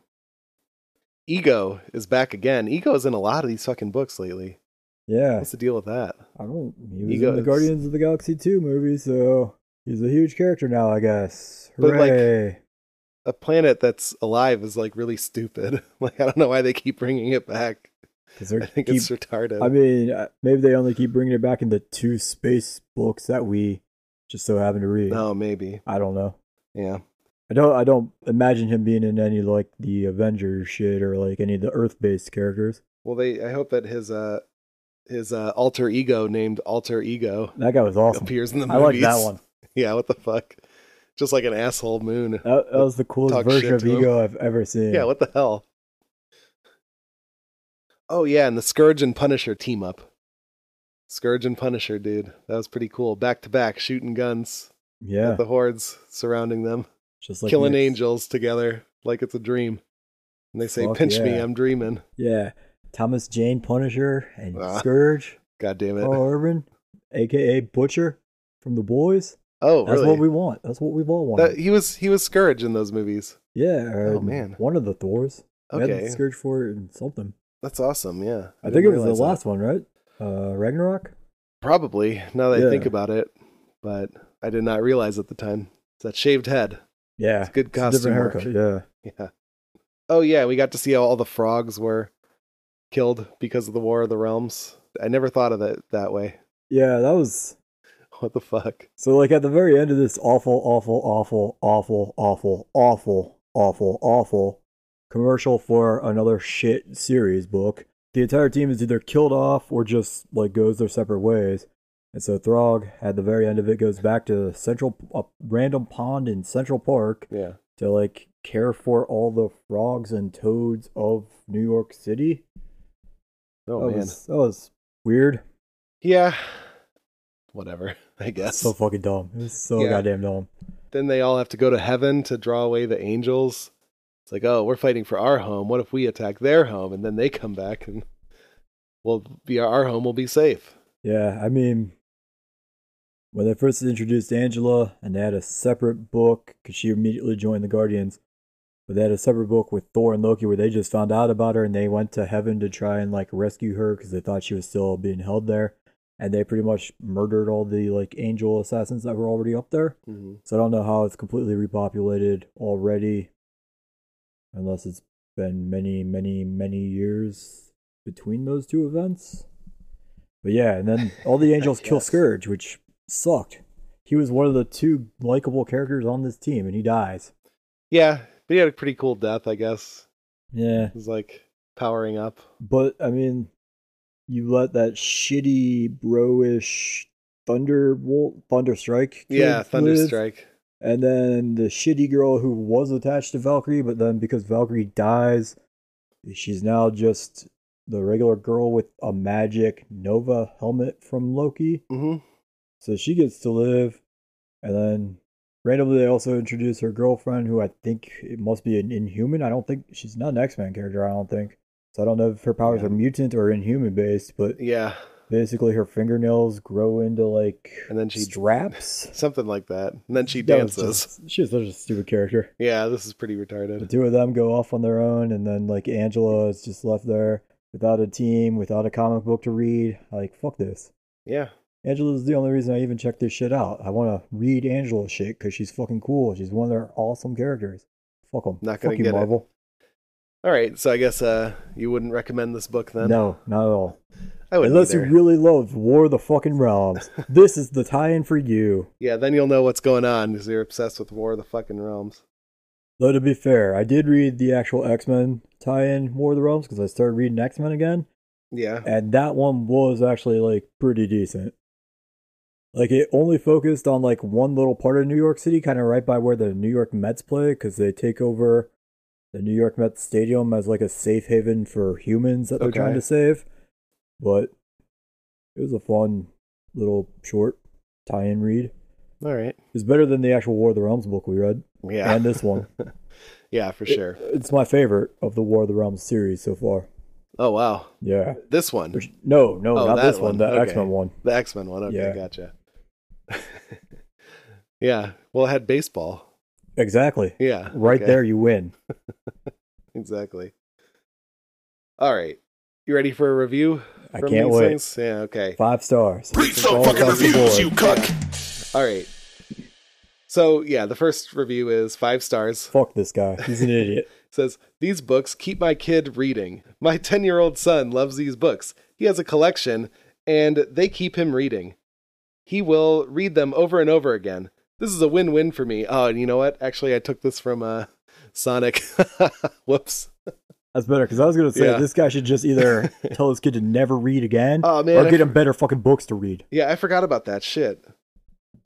Speaker 1: Ego is back again. Ego is in a lot of these fucking books lately.
Speaker 2: Yeah.
Speaker 1: What's the deal with that?
Speaker 2: I don't. He was
Speaker 1: He
Speaker 2: in the
Speaker 1: goes-
Speaker 2: Guardians of the Galaxy 2 movie, so he's a huge character now, I guess.
Speaker 1: But, like-
Speaker 2: Hooray.
Speaker 1: A planet that's alive is like really stupid. Like I don't know why they keep bringing it back.
Speaker 2: 'Cause they're
Speaker 1: I think
Speaker 2: keep-
Speaker 1: it's retarded.
Speaker 2: I mean, uh, maybe they only keep bringing it back in the two space books that we just so happen to read.
Speaker 1: no, maybe.
Speaker 2: I don't know.
Speaker 1: Yeah.
Speaker 2: I don't. I don't imagine him being in any like the Avengers shit or like any of the Earth-based characters.
Speaker 1: Well, they. I hope that his uh his uh alter ego named alter ego
Speaker 2: That guy was awesome.
Speaker 1: appears in the
Speaker 2: I
Speaker 1: movies.
Speaker 2: like that one.
Speaker 1: Yeah. What the fuck? Just like an asshole moon.
Speaker 2: That, that was the coolest
Speaker 1: Talk shit
Speaker 2: version of
Speaker 1: to him.
Speaker 2: ego I've ever seen.
Speaker 1: Yeah, what the hell? Oh yeah, and the Scourge and Punisher team up. Scourge and Punisher, dude. That was pretty cool. Back to back, shooting guns
Speaker 2: yeah.
Speaker 1: at the hordes surrounding them,
Speaker 2: Just like
Speaker 1: killing
Speaker 2: the-
Speaker 1: angels together like it's a dream. And they say,
Speaker 2: Fuck
Speaker 1: "Pinch me,
Speaker 2: yeah.
Speaker 1: I'm dreaming."
Speaker 2: Yeah, Thomas Jane Punisher and
Speaker 1: Ah.
Speaker 2: Scourge.
Speaker 1: God damn it!
Speaker 2: Paul
Speaker 1: Oh,
Speaker 2: Urban, aka Butcher from The Boys. That's
Speaker 1: Oh, really?
Speaker 2: what we want. That's what we've all wanted.
Speaker 1: That- he was he was Scourge in those movies.
Speaker 2: yeah. or
Speaker 1: Oh, man.
Speaker 2: One of the Thors. We had
Speaker 1: Okay,
Speaker 2: the Scourge for it and something.
Speaker 1: that's awesome. Yeah,
Speaker 2: I,
Speaker 1: didn't
Speaker 2: think it was the
Speaker 1: realize that.
Speaker 2: last one, right? Uh, Ragnarok.
Speaker 1: Probably now that I
Speaker 2: Yeah.
Speaker 1: think about it, but I did not realize at the time. It's that shaved head.
Speaker 2: Yeah.
Speaker 1: It's good
Speaker 2: It's a
Speaker 1: costume
Speaker 2: different
Speaker 1: work.
Speaker 2: haircut. Yeah.
Speaker 1: Yeah. Oh yeah, we got to see how all the frogs were killed because of the War of the Realms. I never thought of it that way.
Speaker 2: Yeah, that was
Speaker 1: What the fuck?
Speaker 2: so. Like at the very end of this awful, awful, awful, awful, awful, awful, awful, awful commercial for another shit series book. The entire team is either killed off or just like goes their separate ways. And so Throg, at the very end of it, goes back to Central, a random pond in Central Park
Speaker 1: Yeah.
Speaker 2: to like care for all the frogs and toads of New York City.
Speaker 1: Oh
Speaker 2: that
Speaker 1: man.
Speaker 2: was that was weird.
Speaker 1: Yeah. Whatever. I guess.
Speaker 2: So fucking dumb. It was so
Speaker 1: Yeah.
Speaker 2: goddamn dumb.
Speaker 1: then they all have to go to heaven to draw away the angels. It's like, oh, we're fighting for our home. What if we attack their home and then they come back and we'll be our home will be safe.
Speaker 2: Yeah, I mean, when they first introduced Angela and they had a separate book because she immediately joined the Guardians, but they had a separate book with Thor and Loki where they just found out about her and they went to heaven to try and like rescue her because they thought she was still being held there. And they pretty much murdered all the like angel assassins that were already up there.
Speaker 1: Mm-hmm.
Speaker 2: So I don't know how it's completely repopulated already, unless it's been many, many, many years between those two events. But yeah, and then all the angels kill
Speaker 1: Yes.
Speaker 2: Scourge, which sucked. He was one of the two likable characters on this team, and he dies.
Speaker 1: Yeah, but he had a pretty cool death, I guess.
Speaker 2: Yeah,
Speaker 1: It was like powering up.
Speaker 2: but I mean, you let that shitty bro-ish Thunderbolt, Thunderstrike. kid
Speaker 1: Yeah,
Speaker 2: live.
Speaker 1: Thunderstrike.
Speaker 2: And then the shitty girl who was attached to Valkyrie, but then because Valkyrie dies, she's now just the regular girl with a magic Nova helmet from Loki.
Speaker 1: Mm-hmm.
Speaker 2: So she gets to live. And then randomly, they also introduce her girlfriend, who I think it must be an inhuman. I don't think she's not an X Men character, I don't think. So I don't know if her powers
Speaker 1: Yeah.
Speaker 2: are mutant or inhuman based, but
Speaker 1: Yeah,
Speaker 2: basically her fingernails grow into like
Speaker 1: And then she-
Speaker 2: straps.
Speaker 1: something like that. And then she
Speaker 2: That was
Speaker 1: dances.
Speaker 2: just- she was such a stupid character.
Speaker 1: Yeah, this is pretty
Speaker 2: The
Speaker 1: retarded.
Speaker 2: two of them go off on their own, and then like Angela is just left there without a team, without a comic book to read. Like fuck this.
Speaker 1: Yeah,
Speaker 2: Angela's the only reason I even checked this shit out. I want to read Angela shit because she's fucking cool. She's one of their awesome characters. Fuck them.
Speaker 1: Not gonna
Speaker 2: fuck you,
Speaker 1: get it
Speaker 2: Marvel.
Speaker 1: all right. So I guess uh, you wouldn't recommend this book then.
Speaker 2: No, not at all.
Speaker 1: I would.
Speaker 2: Unless
Speaker 1: Unless
Speaker 2: you really love War of the Fucking Realms, this is the tie-in for you.
Speaker 1: yeah, then you'll know what's going on because you're obsessed with War of the Fucking Realms.
Speaker 2: Though to be fair, I did read the actual X Men tie-in War of the Realms because I started reading X Men again.
Speaker 1: Yeah,
Speaker 2: and that one was actually like pretty decent. Like it only focused on like one little part of New York City, kind of right by where the New York Mets play, because they take over the New York Mets stadium as like a safe haven for humans that they're
Speaker 1: Okay.
Speaker 2: trying to save. But it was a fun little short tie-in read.
Speaker 1: all right.
Speaker 2: It's better than the actual War of the Realms book we read,
Speaker 1: Yeah,
Speaker 2: and this one.
Speaker 1: yeah, for sure.
Speaker 2: it's my favorite of the War of the Realms series so far.
Speaker 1: Oh wow,
Speaker 2: Yeah.
Speaker 1: this one,
Speaker 2: No, no,
Speaker 1: Oh,
Speaker 2: not
Speaker 1: that
Speaker 2: this
Speaker 1: one.
Speaker 2: one. The
Speaker 1: Okay.
Speaker 2: X Men one.
Speaker 1: the X Men one. Okay,
Speaker 2: Yeah.
Speaker 1: gotcha. Yeah. Well, it had baseball.
Speaker 2: Exactly.
Speaker 1: Yeah.
Speaker 2: Right
Speaker 1: okay.
Speaker 2: there, you win.
Speaker 1: Exactly. All right. You ready for a review?
Speaker 2: I
Speaker 1: from
Speaker 2: can't
Speaker 1: these
Speaker 2: wait.
Speaker 1: things? Yeah. Okay.
Speaker 2: Five stars.
Speaker 3: Read
Speaker 2: It's
Speaker 3: some
Speaker 2: all
Speaker 3: fucking
Speaker 2: across the board.
Speaker 3: reviews, you cuck.
Speaker 1: All right. So yeah, the first review is five stars.
Speaker 2: Fuck this guy. He's an idiot.
Speaker 1: It says these books keep my kid reading. My ten-year-old son loves these books. He has a collection, and they keep him reading. He will read them over and over again. This is a win-win for me. Oh, and you know what? Actually, I took this from uh, Sonic. Whoops.
Speaker 2: That's better because I was gonna say
Speaker 1: Yeah.
Speaker 2: this guy should just either tell his kid to never read again,
Speaker 1: Oh, man,
Speaker 2: or
Speaker 1: I
Speaker 2: get him better fucking books to read.
Speaker 1: Yeah, I forgot about that shit.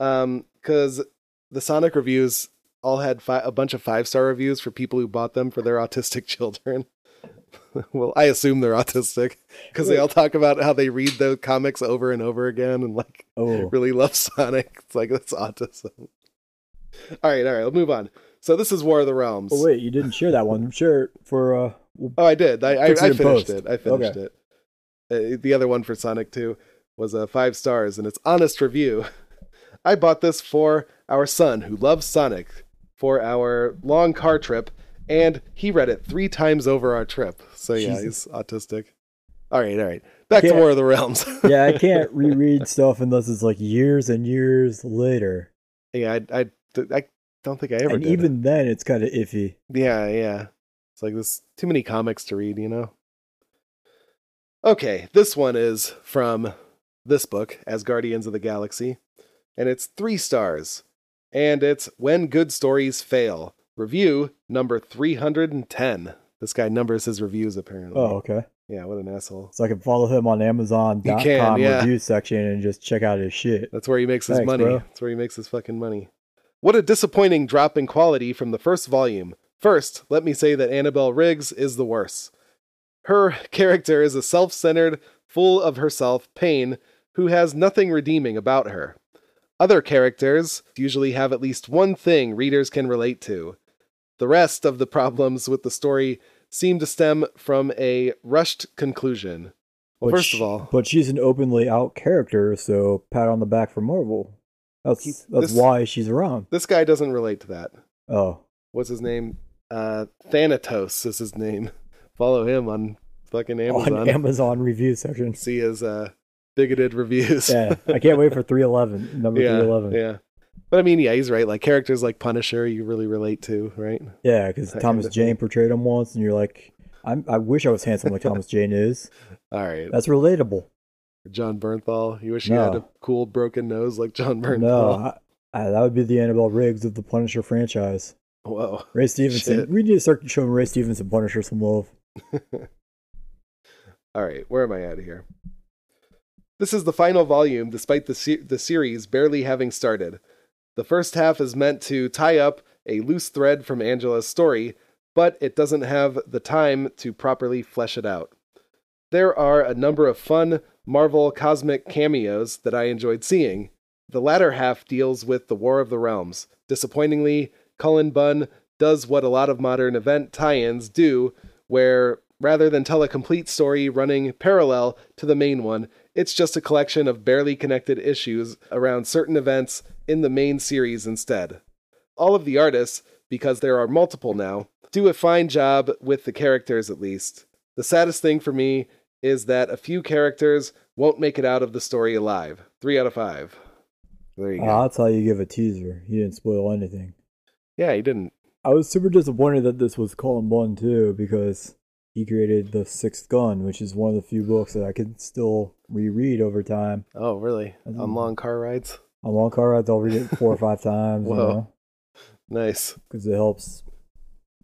Speaker 1: Um, because the Sonic reviews all had fi- a bunch of five star reviews for people who bought them for their autistic children. well, I assume they're autistic because they all talk about how they read the comics over and over again and like
Speaker 2: Oh,
Speaker 1: really love Sonic. It's like that's autism. All right, all right, let's move on. So this is War of the Realms.
Speaker 2: oh wait, you didn't share that one. I'm sure for uh,
Speaker 1: Oh, I did. I I,
Speaker 2: Fix it
Speaker 1: I
Speaker 2: in
Speaker 1: finished
Speaker 2: post.
Speaker 1: it. I finished
Speaker 2: Okay.
Speaker 1: it. Uh, the other one for Sonic Two was uh, five stars, and it's honest review. I bought this for our son who loves Sonic for our long car trip, and he read it three times over our trip. So yeah, he's autistic. All right, all right. Back to
Speaker 2: Can't-
Speaker 1: War of the Realms.
Speaker 2: yeah, I can't reread stuff unless it's like years and years later,
Speaker 1: yeah, I, I, I don't think I ever
Speaker 2: and
Speaker 1: did.
Speaker 2: even then, it's kind of iffy.
Speaker 1: Yeah, yeah. It's like there's too many comics to read, you know? Okay, this one is from this book, As Guardians of the Galaxy, and it's three stars. And it's When Good Stories Fail, review number 310. This guy numbers his reviews apparently.
Speaker 2: Oh, okay.
Speaker 1: Yeah, what an asshole.
Speaker 2: So I can follow him on Amazon.com
Speaker 1: You can, yeah.
Speaker 2: review section and just check out his shit.
Speaker 1: That's where he makes his
Speaker 2: Thanks,
Speaker 1: money.
Speaker 2: bro.
Speaker 1: That's where he makes his fucking money. What a disappointing drop in quality from the first volume. First, let me say that Annabelle Riggs is the worst. Her character is a self centered, full of herself pain who has nothing redeeming about her. Other characters usually have at least one thing readers can relate to. The rest of the problems with the story seem to stem from a rushed conclusion. Well,
Speaker 2: But
Speaker 1: first
Speaker 2: sh-
Speaker 1: of all,
Speaker 2: but she's an openly out character, so pat on the back for Marvel. That's
Speaker 1: He-
Speaker 2: that's
Speaker 1: this-
Speaker 2: why she's around.
Speaker 1: this guy doesn't relate to that.
Speaker 2: Oh,
Speaker 1: what's his name? Uh, Thanatos is his name. Follow him on fucking Amazon.
Speaker 2: on Amazon review section.
Speaker 1: See his uh, bigoted reviews.
Speaker 2: Yeah, I can't wait for 311, number
Speaker 1: yeah,
Speaker 2: 311.
Speaker 1: yeah. But I mean, yeah, he's right. Like characters like Punisher, you really relate to, right?
Speaker 2: Yeah, because
Speaker 1: That
Speaker 2: Thomas
Speaker 1: kind of
Speaker 2: Jane portrayed him once, and you're like, I'm, I wish I was handsome like Thomas Jane is.
Speaker 1: All right,
Speaker 2: That's relatable.
Speaker 1: John Bernthal. You wish you had a
Speaker 2: Uh, No.
Speaker 1: cool broken nose like John Bernthal.
Speaker 2: No, I, I, that would be the Annabelle Riggs of the Punisher franchise.
Speaker 1: Whoa.
Speaker 2: Ray Stevenson.
Speaker 1: Shit.
Speaker 2: We need to start showing Ray Stevenson Punisher some love.
Speaker 1: All right, where am I at here? This is the final volume, despite the, se- the series barely having started. The first half is meant to tie up a loose thread from Angela's story, but it doesn't have the time to properly flesh it out. There are a number of fun Marvel cosmic cameos that I enjoyed seeing. The latter half deals with the War of the Realms. Disappointingly, Cullen Bunn does what a lot of modern event tie ins do, where rather than tell a complete story running parallel to the main one, it's just a collection of barely connected issues around certain events in the main series instead. All of the artists, because there are multiple now, do a fine job with the characters at least. The saddest thing for me is that a few characters won't make it out of the story alive. Three out of five. There you go.
Speaker 2: Ah, That's how you give a teaser. He didn't spoil anything.
Speaker 1: yeah, he didn't.
Speaker 2: I was super disappointed that this was Colin Bunn too, because he created The Sixth Gun, which is one of the few books that I can still reread over time.
Speaker 1: Oh, really? On
Speaker 2: Mm.
Speaker 1: long car rides?
Speaker 2: On long car rides, I'll read it four or five times.
Speaker 1: Whoa. Nice.
Speaker 2: because it helps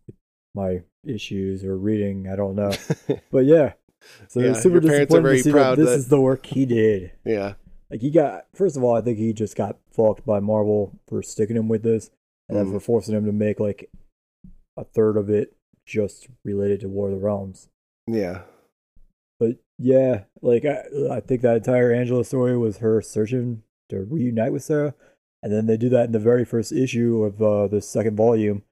Speaker 2: with my issues or reading. I don't know, but yeah. So
Speaker 1: Yeah,
Speaker 2: it's super
Speaker 1: your parents are
Speaker 2: disappointed
Speaker 1: very
Speaker 2: to see
Speaker 1: proud
Speaker 2: that this
Speaker 1: that-
Speaker 2: is the work he did.
Speaker 1: Yeah.
Speaker 2: Like he got first of all, I think he just got fucked by Marvel for sticking him with this, and then
Speaker 1: Mm.
Speaker 2: for forcing him to make like a third of it just related to War of the Realms.
Speaker 1: Yeah.
Speaker 2: But yeah, like I, I think that entire Angela story was her searching to reunite with Sarah, and then they do that in the very first issue of uh, the second volume,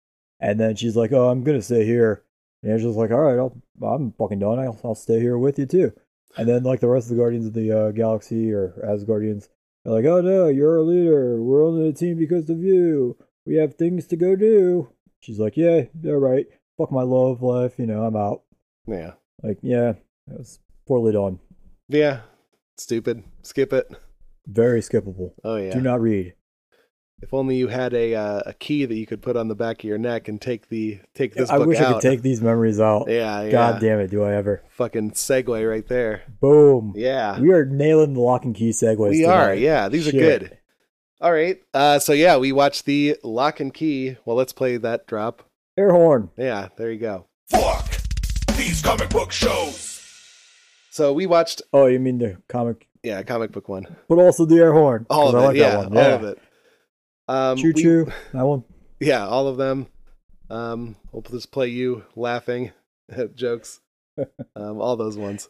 Speaker 2: and then she's like, "Oh, I'm gonna stay here," and Angela's like, "All right, I'll, I'm fucking done. I'll, I'll stay here with you too." And then like the rest of the Guardians of the uh, Galaxy or as Guardians They're like, oh no, you're a leader. We're only a team because of you. We have things to go do. She's like, yeah, you're right. Fuck my love life. You know, I'm out.
Speaker 1: Yeah.
Speaker 2: Like, yeah, that was poorly done.
Speaker 1: Yeah. Stupid. Skip it.
Speaker 2: Very skippable.
Speaker 1: Oh yeah.
Speaker 2: Do not read.
Speaker 1: if only you had a uh, a key that you could put on the back of your neck and take the take this
Speaker 2: I
Speaker 1: book
Speaker 2: wish
Speaker 1: out.
Speaker 2: I could take these memories out.
Speaker 1: yeah, yeah.
Speaker 2: God damn it, do I ever.
Speaker 1: Fucking segue right there.
Speaker 2: Boom.
Speaker 1: Yeah.
Speaker 2: We are nailing the lock and key segues.
Speaker 1: We
Speaker 2: today.
Speaker 1: are, yeah. These are
Speaker 2: Shit.
Speaker 1: good. All right. Uh, so yeah, we watched the Lock and Key. Well, let's play that drop.
Speaker 2: Air horn.
Speaker 1: Yeah, there you go.
Speaker 3: Fuck these comic book shows.
Speaker 1: So we watched
Speaker 2: Oh, you mean the comic,
Speaker 1: yeah, comic book one.
Speaker 2: but also the air horn.
Speaker 1: All
Speaker 2: 'cause
Speaker 1: of it.
Speaker 2: I like
Speaker 1: yeah,
Speaker 2: that one.
Speaker 1: all of it. Um,
Speaker 2: Choo
Speaker 1: we-
Speaker 2: choo. That one.
Speaker 1: yeah, all of them. Um, we'll just play you laughing at jokes. um, all those ones.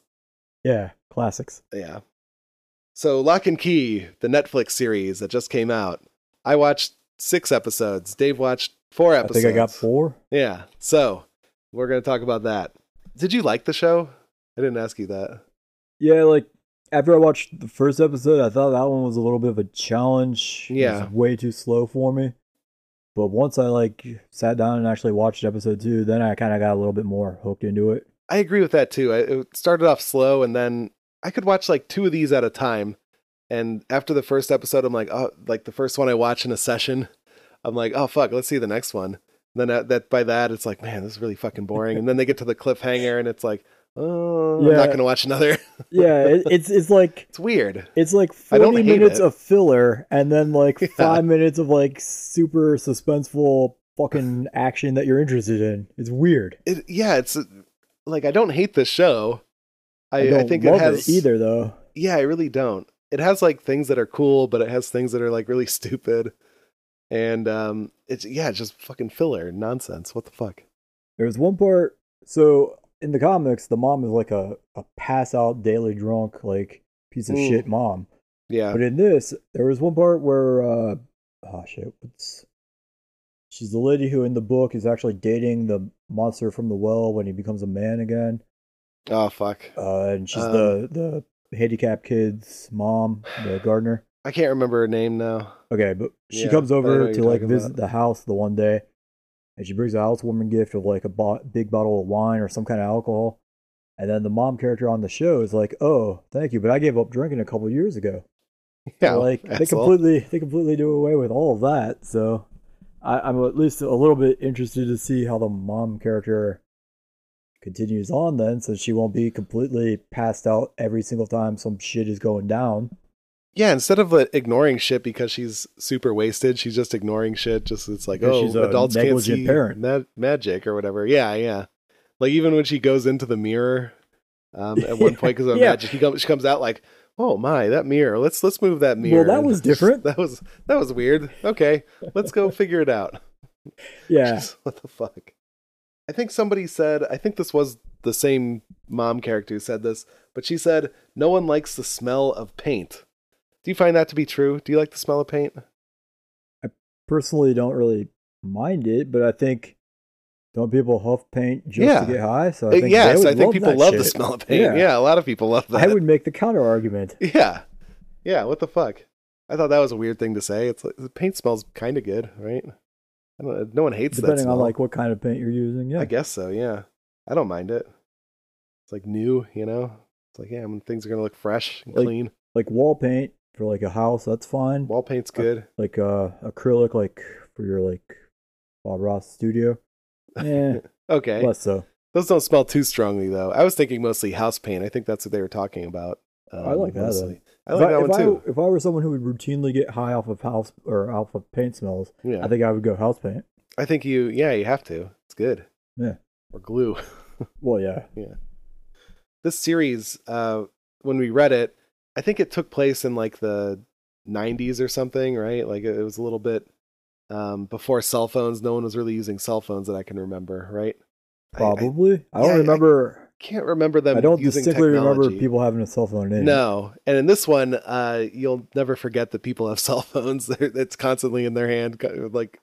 Speaker 2: Yeah. Classics.
Speaker 1: Yeah. So Lock and Key, the Netflix series that just came out. I watched six episodes. Dave watched four
Speaker 2: I
Speaker 1: episodes.
Speaker 2: think I got four.
Speaker 1: Yeah. So we're gonna talk about that. Did you like the show? I didn't ask you that.
Speaker 2: Yeah, like after I watched the first episode, I thought that one was a little bit of a challenge. It was
Speaker 1: Yeah.
Speaker 2: way too slow for me. But once I like sat down and actually watched episode two, then I kind of got a little bit more hooked into it.
Speaker 1: I agree with that too. I, it started off slow, and then I could watch like two of these at a time. And after the first episode, I'm like, oh, like the first one I watch in a session, I'm like, oh fuck, let's see the next one. And then that, that by that, it's like, man, this is really fucking boring. And then they get to the cliffhanger, and it's like, oh, I'm
Speaker 2: Yeah.
Speaker 1: not gonna watch another.
Speaker 2: Yeah, it, it's it's like
Speaker 1: it's weird.
Speaker 2: it's like
Speaker 1: I don't
Speaker 2: forty
Speaker 1: hate
Speaker 2: minutes
Speaker 1: it.
Speaker 2: of filler, and then like
Speaker 1: Yeah.
Speaker 2: five minutes of like super suspenseful fucking action that you're interested in. It's weird.
Speaker 1: It, yeah, it's uh, like I don't hate this show. I, I,
Speaker 2: don't
Speaker 1: think
Speaker 2: love
Speaker 1: it has
Speaker 2: either though.
Speaker 1: Yeah, I really don't. It has like things that are cool, but it has things that are like really stupid. And um it's yeah, it's just fucking filler nonsense. What the fuck?
Speaker 2: There's one part. So in the comics, the mom is like a, a pass out, daily drunk, like piece of
Speaker 1: Mm.
Speaker 2: shit mom.
Speaker 1: Yeah.
Speaker 2: But in this, there was one part where, uh, oh shit, what's. She's the lady who in the book is actually dating the monster from the well when he becomes a man again.
Speaker 1: Oh fuck.
Speaker 2: Uh, and she's
Speaker 1: Um,
Speaker 2: the, the handicapped kid's mom, the gardener.
Speaker 1: I can't remember her name now.
Speaker 2: Okay, but she
Speaker 1: Yeah,
Speaker 2: comes
Speaker 1: I know
Speaker 2: over
Speaker 1: what
Speaker 2: to
Speaker 1: you're
Speaker 2: like
Speaker 1: talking
Speaker 2: visit the house the one day, and she brings a housewarming gift of like a bo- big bottle of wine or some kind of alcohol. And then the mom character on the show is like, "Oh, thank you, but I gave up drinking a couple years ago."
Speaker 1: Yeah.
Speaker 2: like they
Speaker 1: asshole.
Speaker 2: completely they completely do away with all of that. So I, I'm at least a little bit interested to see how the mom character continues on then, so she won't be completely passed out every single time some shit is going down.
Speaker 1: Yeah, instead of like, ignoring shit because she's super wasted, she's just ignoring shit. Just it's like,
Speaker 2: Because
Speaker 1: oh,
Speaker 2: she's a
Speaker 1: adults can't
Speaker 2: negligent
Speaker 1: see
Speaker 2: parent.
Speaker 1: ma- magic or whatever. Yeah, yeah. Like even when she goes into the mirror, um, at one point because of
Speaker 2: Yeah.
Speaker 1: magic, she comes, she comes out like, oh my, that mirror. Let's let's move that mirror.
Speaker 2: that
Speaker 1: And
Speaker 2: was different.
Speaker 1: That was that was weird. Okay, let's go figure it out.
Speaker 2: Yeah.
Speaker 1: Just, what the fuck? I think somebody said, I think this was the same mom character who said this, but she said, no one likes the smell of paint. Do you find that to be true? Do you like the smell of paint?
Speaker 2: personally don't really mind it, but I think don't people huff paint just
Speaker 1: Yeah.
Speaker 2: to get high? So I think they
Speaker 1: Uh, yes,
Speaker 2: would
Speaker 1: I think people
Speaker 2: that
Speaker 1: love the
Speaker 2: shit.
Speaker 1: smell of paint. Yeah. a lot of people love that.
Speaker 2: I would make the counter argument.
Speaker 1: Yeah. Yeah, what the fuck? I thought that was a weird thing to say. It's like the paint smells kind of good, right? I don't, no one hates that
Speaker 2: Depending
Speaker 1: smell.
Speaker 2: on like what kind of paint you're using, yeah.
Speaker 1: I guess so, yeah. I don't mind it. It's like new, you know? It's like, yeah, when things are going to look fresh and
Speaker 2: Like-
Speaker 1: clean.
Speaker 2: Like wall paint for like a house, that's fine.
Speaker 1: Wall paint's good.
Speaker 2: like uh acrylic like for your like Bob Ross studio. Yeah,
Speaker 1: Okay.
Speaker 2: less so.
Speaker 1: Those don't smell too strongly, though. I was thinking mostly house paint. I think that's what they were talking about. um,
Speaker 2: I like that,
Speaker 1: mostly. I
Speaker 2: If
Speaker 1: like that
Speaker 2: if
Speaker 1: one, too.
Speaker 2: If I were someone who would routinely get high off of house or off of paint smells,
Speaker 1: yeah.
Speaker 2: I think I would go house paint.
Speaker 1: I think you, yeah, you have to. It's good.
Speaker 2: Yeah.
Speaker 1: Or glue.
Speaker 2: Well, yeah,
Speaker 1: this series uh when we read it i think it took place in like the 90s or something right like it was a little bit um before cell phones no one was really using cell phones that i can remember right I- I,
Speaker 2: probably. I,
Speaker 1: yeah, I-
Speaker 2: don't remember.
Speaker 1: can't remember them
Speaker 2: I don't
Speaker 1: using
Speaker 2: distinctly remember
Speaker 1: technology.
Speaker 2: people having a cell phone in. it.
Speaker 1: no and in this one uh you'll never forget that people have cell phones They're- it's constantly in their hand co- like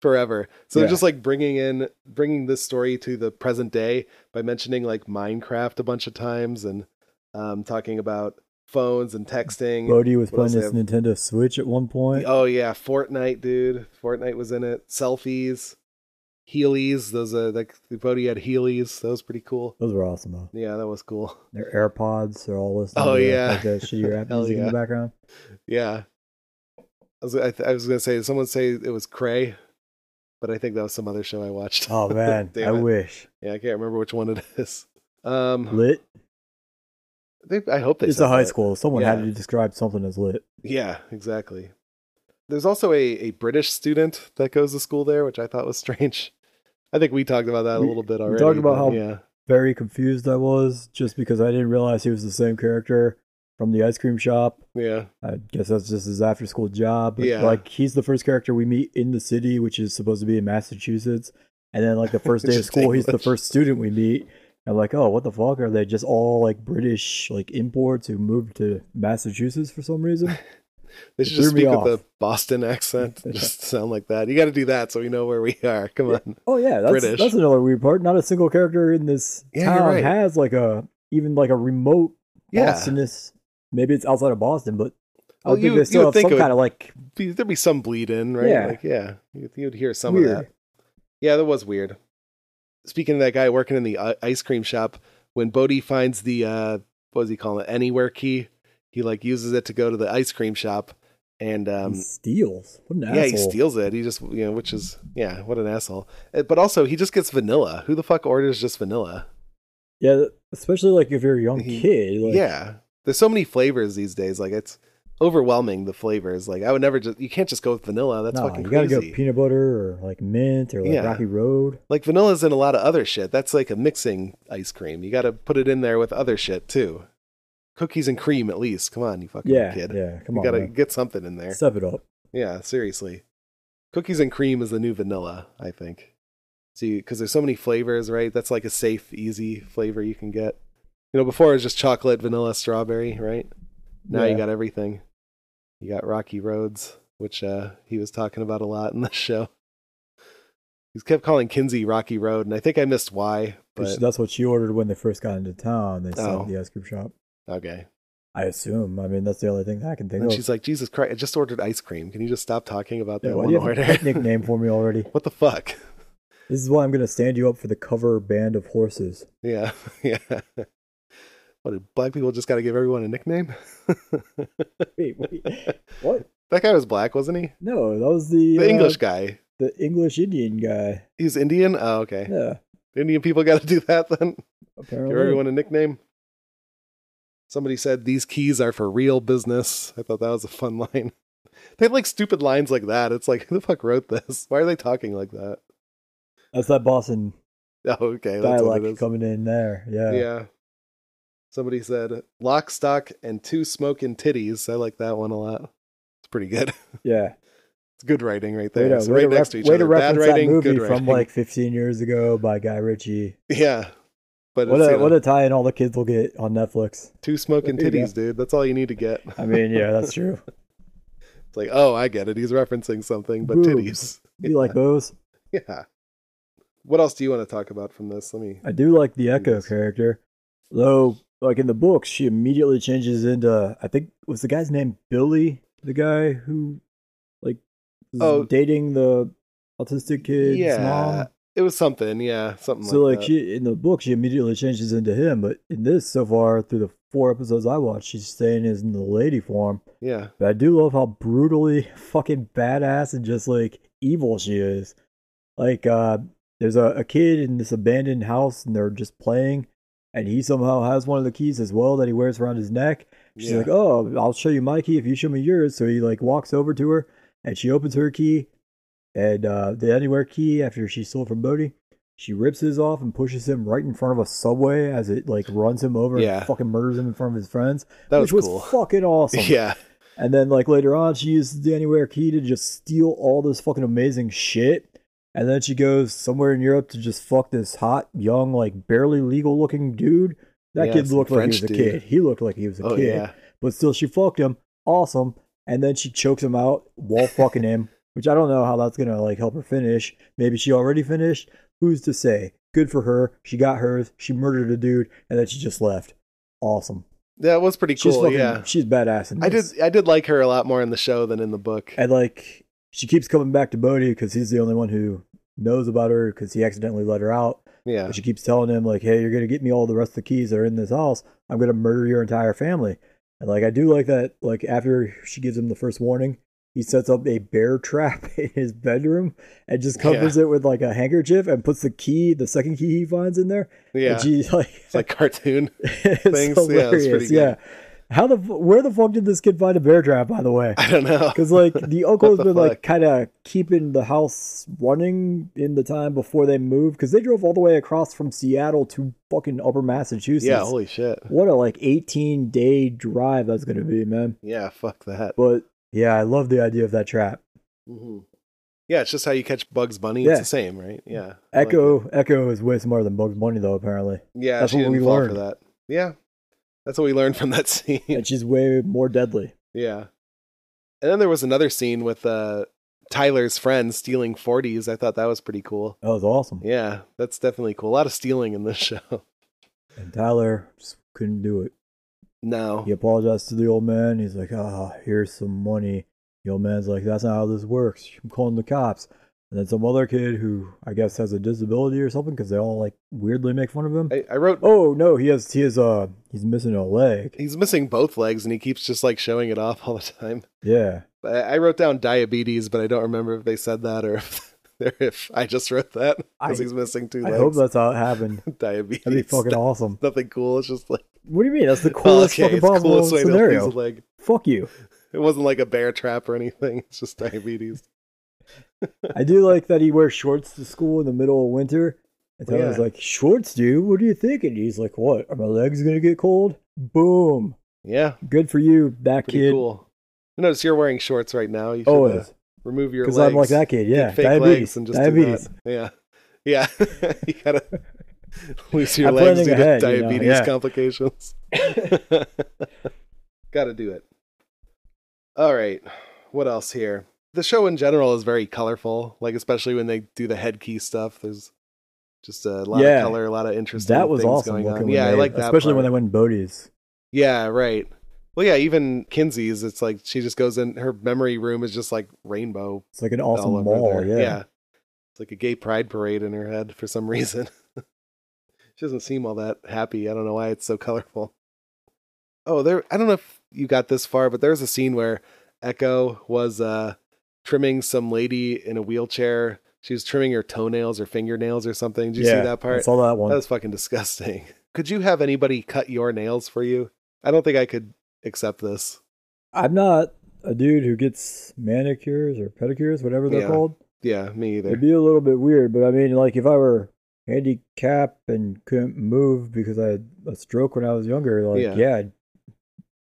Speaker 1: forever so they're
Speaker 2: Yeah.
Speaker 1: just like bringing in bringing this story to the present day by mentioning like minecraft a bunch of times and um talking about phones and texting.
Speaker 2: Bodhi was
Speaker 1: What else
Speaker 2: playing this
Speaker 1: they have?
Speaker 2: Nintendo Switch at one point.
Speaker 1: Oh yeah, Fortnite, dude. Fortnite was in it. Selfies, Heelys. Those uh, like the Bodhi had Heelys. That was pretty cool.
Speaker 2: Those were awesome though.
Speaker 1: Yeah, that was cool.
Speaker 2: Their AirPods, they're all listening.
Speaker 1: Oh,
Speaker 2: to,
Speaker 1: yeah.
Speaker 2: like that shitty rap
Speaker 1: Hell
Speaker 2: music in
Speaker 1: yeah.
Speaker 2: the background.
Speaker 1: Yeah. I was, I, th- I was gonna say someone say it was Cray, but I think that was some other show I watched.
Speaker 2: Oh man,
Speaker 1: Damn
Speaker 2: I
Speaker 1: it.
Speaker 2: wish
Speaker 1: Yeah, I can't remember which one it is. Um,
Speaker 2: lit.
Speaker 1: they, I hope they
Speaker 2: It's
Speaker 1: said
Speaker 2: a high
Speaker 1: that.
Speaker 2: school. Someone had
Speaker 1: Yeah.
Speaker 2: to describe something as lit.
Speaker 1: Yeah, exactly. There's also a, a British student that goes to school there, which I thought was strange. I think we talked about that a
Speaker 2: We-
Speaker 1: little bit
Speaker 2: we
Speaker 1: already.
Speaker 2: talked about
Speaker 1: but
Speaker 2: how-
Speaker 1: yeah,
Speaker 2: Very confused I was just because I didn't realize he was the same character from the ice cream shop.
Speaker 1: yeah,
Speaker 2: I guess that's just his after school job. But
Speaker 1: Yeah.
Speaker 2: Like he's the first character we meet in the city, which is supposed to be in Massachusetts. And then like the first day of
Speaker 1: Just
Speaker 2: school, he's the
Speaker 1: English.
Speaker 2: first student we meet. I'm like, oh, what the fuck? Are they just all like British like imports who moved to Massachusetts for some reason?
Speaker 1: they
Speaker 2: It
Speaker 1: should just
Speaker 2: threw me
Speaker 1: speak with
Speaker 2: off.
Speaker 1: a Boston accent, just sound like that. You got to do that so we know where we are. Come on,
Speaker 2: Oh yeah, that's
Speaker 1: British.
Speaker 2: that's another weird part. Not a single character in this
Speaker 1: Yeah, you're
Speaker 2: town
Speaker 1: right.
Speaker 2: has like a even like a remote
Speaker 1: yeah.
Speaker 2: Bostonness. Maybe it's outside of Boston, but I
Speaker 1: Well,
Speaker 2: would think
Speaker 1: you-
Speaker 2: they
Speaker 1: you would
Speaker 2: still have
Speaker 1: think it
Speaker 2: some
Speaker 1: would-
Speaker 2: kind of like
Speaker 1: Be- There'd be some bleed in, right?
Speaker 2: Yeah.
Speaker 1: like, yeah. You'd, you'd hear some
Speaker 2: weird.
Speaker 1: of that. Yeah, that was weird. Speaking of that guy working in the i- ice cream shop, when Bodhi finds the uh, what was he calling it? Anywhere key. He like uses it to go to the ice cream shop, and um,
Speaker 2: he steals. What an
Speaker 1: yeah,
Speaker 2: asshole.
Speaker 1: he steals it. He just you know, which is yeah, what an asshole. Uh, But also, he just gets vanilla. Who the fuck orders just vanilla?
Speaker 2: Yeah, especially like if you're a young
Speaker 1: He-
Speaker 2: kid. Like,
Speaker 1: yeah, there's so many flavors these days. Like it's overwhelming the flavors. Like I would never just you can't just go with vanilla. That's
Speaker 2: nah,
Speaker 1: fucking
Speaker 2: you gotta
Speaker 1: crazy.
Speaker 2: go peanut butter or like mint or like
Speaker 1: Yeah.
Speaker 2: Rocky Road.
Speaker 1: like vanilla's in a lot of other shit. That's like a mixing ice cream. You got to put it in there with other shit too. Cookies and cream, at least. Come on, you fucking
Speaker 2: Yeah,
Speaker 1: kid.
Speaker 2: yeah. Come
Speaker 1: you
Speaker 2: on,
Speaker 1: gotta
Speaker 2: man.
Speaker 1: get something in there.
Speaker 2: step it up.
Speaker 1: yeah, seriously. Cookies and cream is the new vanilla, I think. See, because there's so many flavors, right? That's like a safe, easy flavor you can get. You know, before it was just chocolate, vanilla, strawberry, right? Now you
Speaker 2: Yeah.
Speaker 1: got everything. You got Rocky Roads, which uh, he was talking about a lot in the show. He's kept calling Kinsey Rocky Road, and I think I missed why,
Speaker 2: Which,
Speaker 1: but
Speaker 2: that's what she ordered when they first got into town. They
Speaker 1: Oh.
Speaker 2: stopped the ice cream shop.
Speaker 1: okay.
Speaker 2: I assume. I mean, that's the only thing I can think
Speaker 1: And
Speaker 2: of.
Speaker 1: she's like, Jesus Christ, I just ordered ice cream. Can you just stop talking about that
Speaker 2: yeah, why do
Speaker 1: one
Speaker 2: you have a
Speaker 1: order?
Speaker 2: picnic name for me already?
Speaker 1: what the fuck?
Speaker 2: This is why I'm gonna stand you up for the cover band of horses.
Speaker 1: Yeah, yeah. What did black people just got to give everyone a nickname?
Speaker 2: Wait, wait, what?
Speaker 1: That guy was black, wasn't he?
Speaker 2: No, that was the,
Speaker 1: The
Speaker 2: uh,
Speaker 1: English guy.
Speaker 2: the English Indian guy.
Speaker 1: He's Indian. Oh, okay.
Speaker 2: Yeah,
Speaker 1: Indian people got to do that then.
Speaker 2: apparently.
Speaker 1: Give everyone a nickname. Somebody said these keys are for real business. I thought that was a fun line. They have like stupid lines like that. It's like who the fuck wrote this? Why are they talking like that?
Speaker 2: That's that Boston
Speaker 1: Oh, okay, that's what it
Speaker 2: dialect
Speaker 1: is.
Speaker 2: coming in there. Yeah.
Speaker 1: Yeah. Somebody said lock, stock, and two smoking titties. I like that one a lot. It's pretty good.
Speaker 2: yeah.
Speaker 1: It's good writing right there.
Speaker 2: Way to,
Speaker 1: It's
Speaker 2: way
Speaker 1: right
Speaker 2: to
Speaker 1: next
Speaker 2: ref-
Speaker 1: to each
Speaker 2: way
Speaker 1: other.
Speaker 2: to
Speaker 1: Bad
Speaker 2: reference
Speaker 1: writing,
Speaker 2: that movie
Speaker 1: good writing.
Speaker 2: from like 15 years ago by Guy Ritchie.
Speaker 1: yeah. But
Speaker 2: What
Speaker 1: it's,
Speaker 2: a
Speaker 1: you know,
Speaker 2: what a tie-in all the kids will get on Netflix.
Speaker 1: two smoking
Speaker 2: There you go.
Speaker 1: titties, dude. That's all you need to get.
Speaker 2: I mean, yeah, that's true.
Speaker 1: It's like, oh, I get it. He's referencing something, but
Speaker 2: Boobs. You like those?
Speaker 1: titties. Yeah. What else do you want to talk about from this? Let me.
Speaker 2: I do like the Echo character, though. Like in the books, she immediately changes into I think was the guy's name Billy, the guy who like was
Speaker 1: Oh.
Speaker 2: dating the autistic kid's
Speaker 1: yeah.
Speaker 2: mom.
Speaker 1: It was something. Yeah. Something
Speaker 2: So
Speaker 1: like, that.
Speaker 2: like she in the book, she immediately changes into him, but in this so far through the four episodes I watched, she's staying as in the lady form.
Speaker 1: yeah.
Speaker 2: But I do love how brutally fucking badass and just like evil she is. Like, uh, there's a, a kid in this abandoned house and they're just playing, and he somehow has one of the keys as well that he wears around his neck. She's
Speaker 1: yeah.
Speaker 2: like, Oh, I'll show you my key if you show me yours. So he like walks over to her and she opens her key and uh, the anywhere key after she stole from Bodhi. She rips his off and pushes him right in front of a subway as it like runs him over
Speaker 1: Yeah.
Speaker 2: and fucking murders him in front of his friends.
Speaker 1: that was
Speaker 2: "Oh, which
Speaker 1: cool.
Speaker 2: was fucking awesome.
Speaker 1: yeah.
Speaker 2: And then like later on, she uses the anywhere key to just steal all this fucking amazing shit. And then she goes somewhere in Europe to just fuck this hot, young, like barely legal looking dude. That
Speaker 1: Yeah,
Speaker 2: kid
Speaker 1: some
Speaker 2: looked like
Speaker 1: French
Speaker 2: he was a
Speaker 1: dude.
Speaker 2: kid. He looked like he was a
Speaker 1: Oh,
Speaker 2: kid.
Speaker 1: yeah.
Speaker 2: But still she fucked him. Awesome. And then she chokes him out while fucking him, which I don't know how that's gonna like help her finish. Maybe she already finished. Who's to say? Good for her. She got hers. She murdered a dude and then she just left. Awesome.
Speaker 1: Yeah, it was pretty
Speaker 2: She's
Speaker 1: cool.
Speaker 2: fucking,
Speaker 1: yeah,
Speaker 2: she's badass. In
Speaker 1: I did.
Speaker 2: this.
Speaker 1: I did like her a lot more in the show than in the book.
Speaker 2: And like, she keeps coming back to Bodhi because he's the only one who knows about her because he accidentally let her out.
Speaker 1: Yeah,
Speaker 2: But she keeps telling him like, "Hey, you're gonna get me all the rest of the keys that are in this house. I'm gonna murder your entire family." And like, I do like that. Like after she gives him the first warning, he sets up a bear trap in his bedroom and just covers it with like a handkerchief and puts the key, the second key he finds in there.
Speaker 1: yeah.
Speaker 2: And she's like,
Speaker 1: It's like cartoon.
Speaker 2: it's
Speaker 1: things, yeah, it's
Speaker 2: hilarious. Yeah,
Speaker 1: pretty good.
Speaker 2: How the f- where the fuck did this kid find a bear trap? By the way.
Speaker 1: I don't know.
Speaker 2: Because like the uncle has
Speaker 1: the
Speaker 2: been
Speaker 1: fuck?
Speaker 2: like kind of keeping the house running in the time before they moved because they drove all the way across from Seattle to fucking Upper Massachusetts.
Speaker 1: Yeah, holy shit.
Speaker 2: what a like 18 day drive that's gonna be, man.
Speaker 1: Yeah, fuck that.
Speaker 2: But yeah, I love the idea of that trap.
Speaker 1: hmm Yeah, it's just how you catch Bugs Bunny.
Speaker 2: Yeah.
Speaker 1: It's the same, right? Yeah. I like it.
Speaker 2: Echo Echo is way smarter than Bugs Bunny though apparently,
Speaker 1: yeah,
Speaker 2: that's
Speaker 1: she
Speaker 2: what
Speaker 1: didn't
Speaker 2: we
Speaker 1: fall for
Speaker 2: learned.
Speaker 1: that. Yeah, that's what we learned from that scene.
Speaker 2: and she's way more deadly.
Speaker 1: yeah. And then there was another scene with uh, Tyler's friend stealing 40s. I thought that was pretty cool.
Speaker 2: That was awesome.
Speaker 1: Yeah, that's definitely cool. A lot of stealing in this show.
Speaker 2: And Tyler just couldn't do it.
Speaker 1: No.
Speaker 2: He apologized to the old man. He's like, ah, here's some money. The old man's like, that's not how this works. I'm calling the cops. And then some other kid who I guess has a disability or something because they all like weirdly make fun of him.
Speaker 1: I, I wrote.
Speaker 2: oh no, he has he has uh he's missing a leg.
Speaker 1: He's missing both legs, and he keeps just like showing it off all the time.
Speaker 2: Yeah,
Speaker 1: I, I wrote down diabetes, but I don't remember if they said that or if, or if I just wrote that because
Speaker 2: I-
Speaker 1: he's missing two
Speaker 2: I
Speaker 1: legs.
Speaker 2: hope that's how it happened.
Speaker 1: diabetes.
Speaker 2: That'd be fucking awesome.
Speaker 1: nothing cool. It's just like
Speaker 2: What do you mean? That's the coolest
Speaker 1: Oh, okay,
Speaker 2: fucking
Speaker 1: it's
Speaker 2: possible
Speaker 1: coolest way to
Speaker 2: scenario.
Speaker 1: lose a leg.
Speaker 2: Fuck you.
Speaker 1: It wasn't like a bear trap or anything. It's just diabetes.
Speaker 2: I do like that he wears shorts to school in the middle of winter. And
Speaker 1: Well,
Speaker 2: Tyler's
Speaker 1: Oh, yeah.
Speaker 2: like, shorts, dude. What do you think? And he's like, what? Are my legs gonna get cold? Boom.
Speaker 1: Yeah,
Speaker 2: Good for you, that
Speaker 1: pretty
Speaker 2: kid. Oh,
Speaker 1: cool. Notice you're wearing shorts right now. You should uh,
Speaker 2: Always,
Speaker 1: remove your
Speaker 2: because
Speaker 1: legs.
Speaker 2: I'm like that kid. Yeah,
Speaker 1: Get fake
Speaker 2: diabetes.
Speaker 1: legs and just
Speaker 2: diabetes.
Speaker 1: Do that. Yeah, yeah. you gotta lose your
Speaker 2: I'm
Speaker 1: legs
Speaker 2: planning
Speaker 1: due
Speaker 2: ahead,
Speaker 1: to
Speaker 2: you know,
Speaker 1: diabetes
Speaker 2: yeah.
Speaker 1: complications. gotta do it. All right. What else here? The show in general is very colorful. Like especially when they do the head key stuff. There's just a lot
Speaker 2: Yeah.
Speaker 1: of color, a lot of interesting.
Speaker 2: That was
Speaker 1: things
Speaker 2: awesome.
Speaker 1: Going
Speaker 2: Looking
Speaker 1: on.
Speaker 2: when
Speaker 1: Yeah, I
Speaker 2: they-
Speaker 1: like that.
Speaker 2: especially when
Speaker 1: part.
Speaker 2: they went in Bodhi's.
Speaker 1: Yeah, right. Well, yeah, even Kinsey's, it's like she just goes in, her memory room is just like rainbow.
Speaker 2: It's like an
Speaker 1: all
Speaker 2: awesome
Speaker 1: over
Speaker 2: mall.
Speaker 1: there.
Speaker 2: Yeah.
Speaker 1: It's like a gay pride parade in her head for some reason. she doesn't seem all that happy. I don't know why it's so colorful. Oh, there, I don't know if you got this far, but there's a scene where Echo was uh, trimming some lady in a wheelchair. She was trimming her toenails or fingernails or something. Did you
Speaker 2: Yeah,
Speaker 1: see that part?
Speaker 2: I saw that one.
Speaker 1: That was fucking disgusting. Could you have anybody cut your nails for you? I don't think I could accept this.
Speaker 2: I'm not a dude who gets manicures or pedicures, whatever they're
Speaker 1: Yeah,
Speaker 2: called.
Speaker 1: Yeah, me either.
Speaker 2: It'd be a little bit weird, but I mean, like if I were handicapped and couldn't move because I had a stroke when I was younger, like
Speaker 1: Yeah.
Speaker 2: yeah, I'd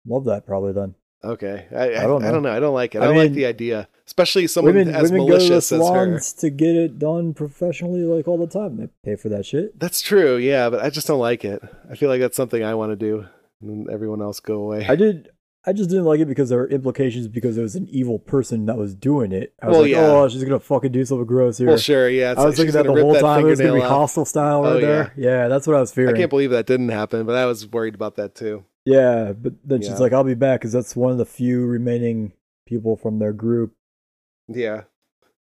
Speaker 2: love that probably then.
Speaker 1: okay, I, I,
Speaker 2: I don't
Speaker 1: I don't know. I don't like it. I,
Speaker 2: I
Speaker 1: don't like
Speaker 2: mean,
Speaker 1: the idea, especially someone
Speaker 2: women
Speaker 1: as
Speaker 2: women go to the
Speaker 1: malicious as her.
Speaker 2: salons to get it done professionally, like all the time. They pay for that shit.
Speaker 1: That's true. Yeah, but I just don't like it. I feel like that's something I want to do, and then everyone else go away.
Speaker 2: I did. I just didn't like it because there were implications because there was an evil person that was doing it. I was
Speaker 1: Well,
Speaker 2: like,
Speaker 1: yeah.
Speaker 2: oh, she's gonna fucking do something gross here.
Speaker 1: well, sure. Yeah, it's
Speaker 2: I was
Speaker 1: like she's
Speaker 2: looking at the
Speaker 1: gonna rip
Speaker 2: whole
Speaker 1: that
Speaker 2: time. It was gonna be
Speaker 1: fingernail off.
Speaker 2: hostile style right
Speaker 1: Oh, yeah.
Speaker 2: there. Yeah, that's what I was
Speaker 1: I
Speaker 2: fearing.
Speaker 1: can't believe that didn't happen, but I was worried about that too.
Speaker 2: yeah, but then
Speaker 1: Yeah.
Speaker 2: she's like, "I'll be back," because that's one of the few remaining people from their group.
Speaker 1: Yeah,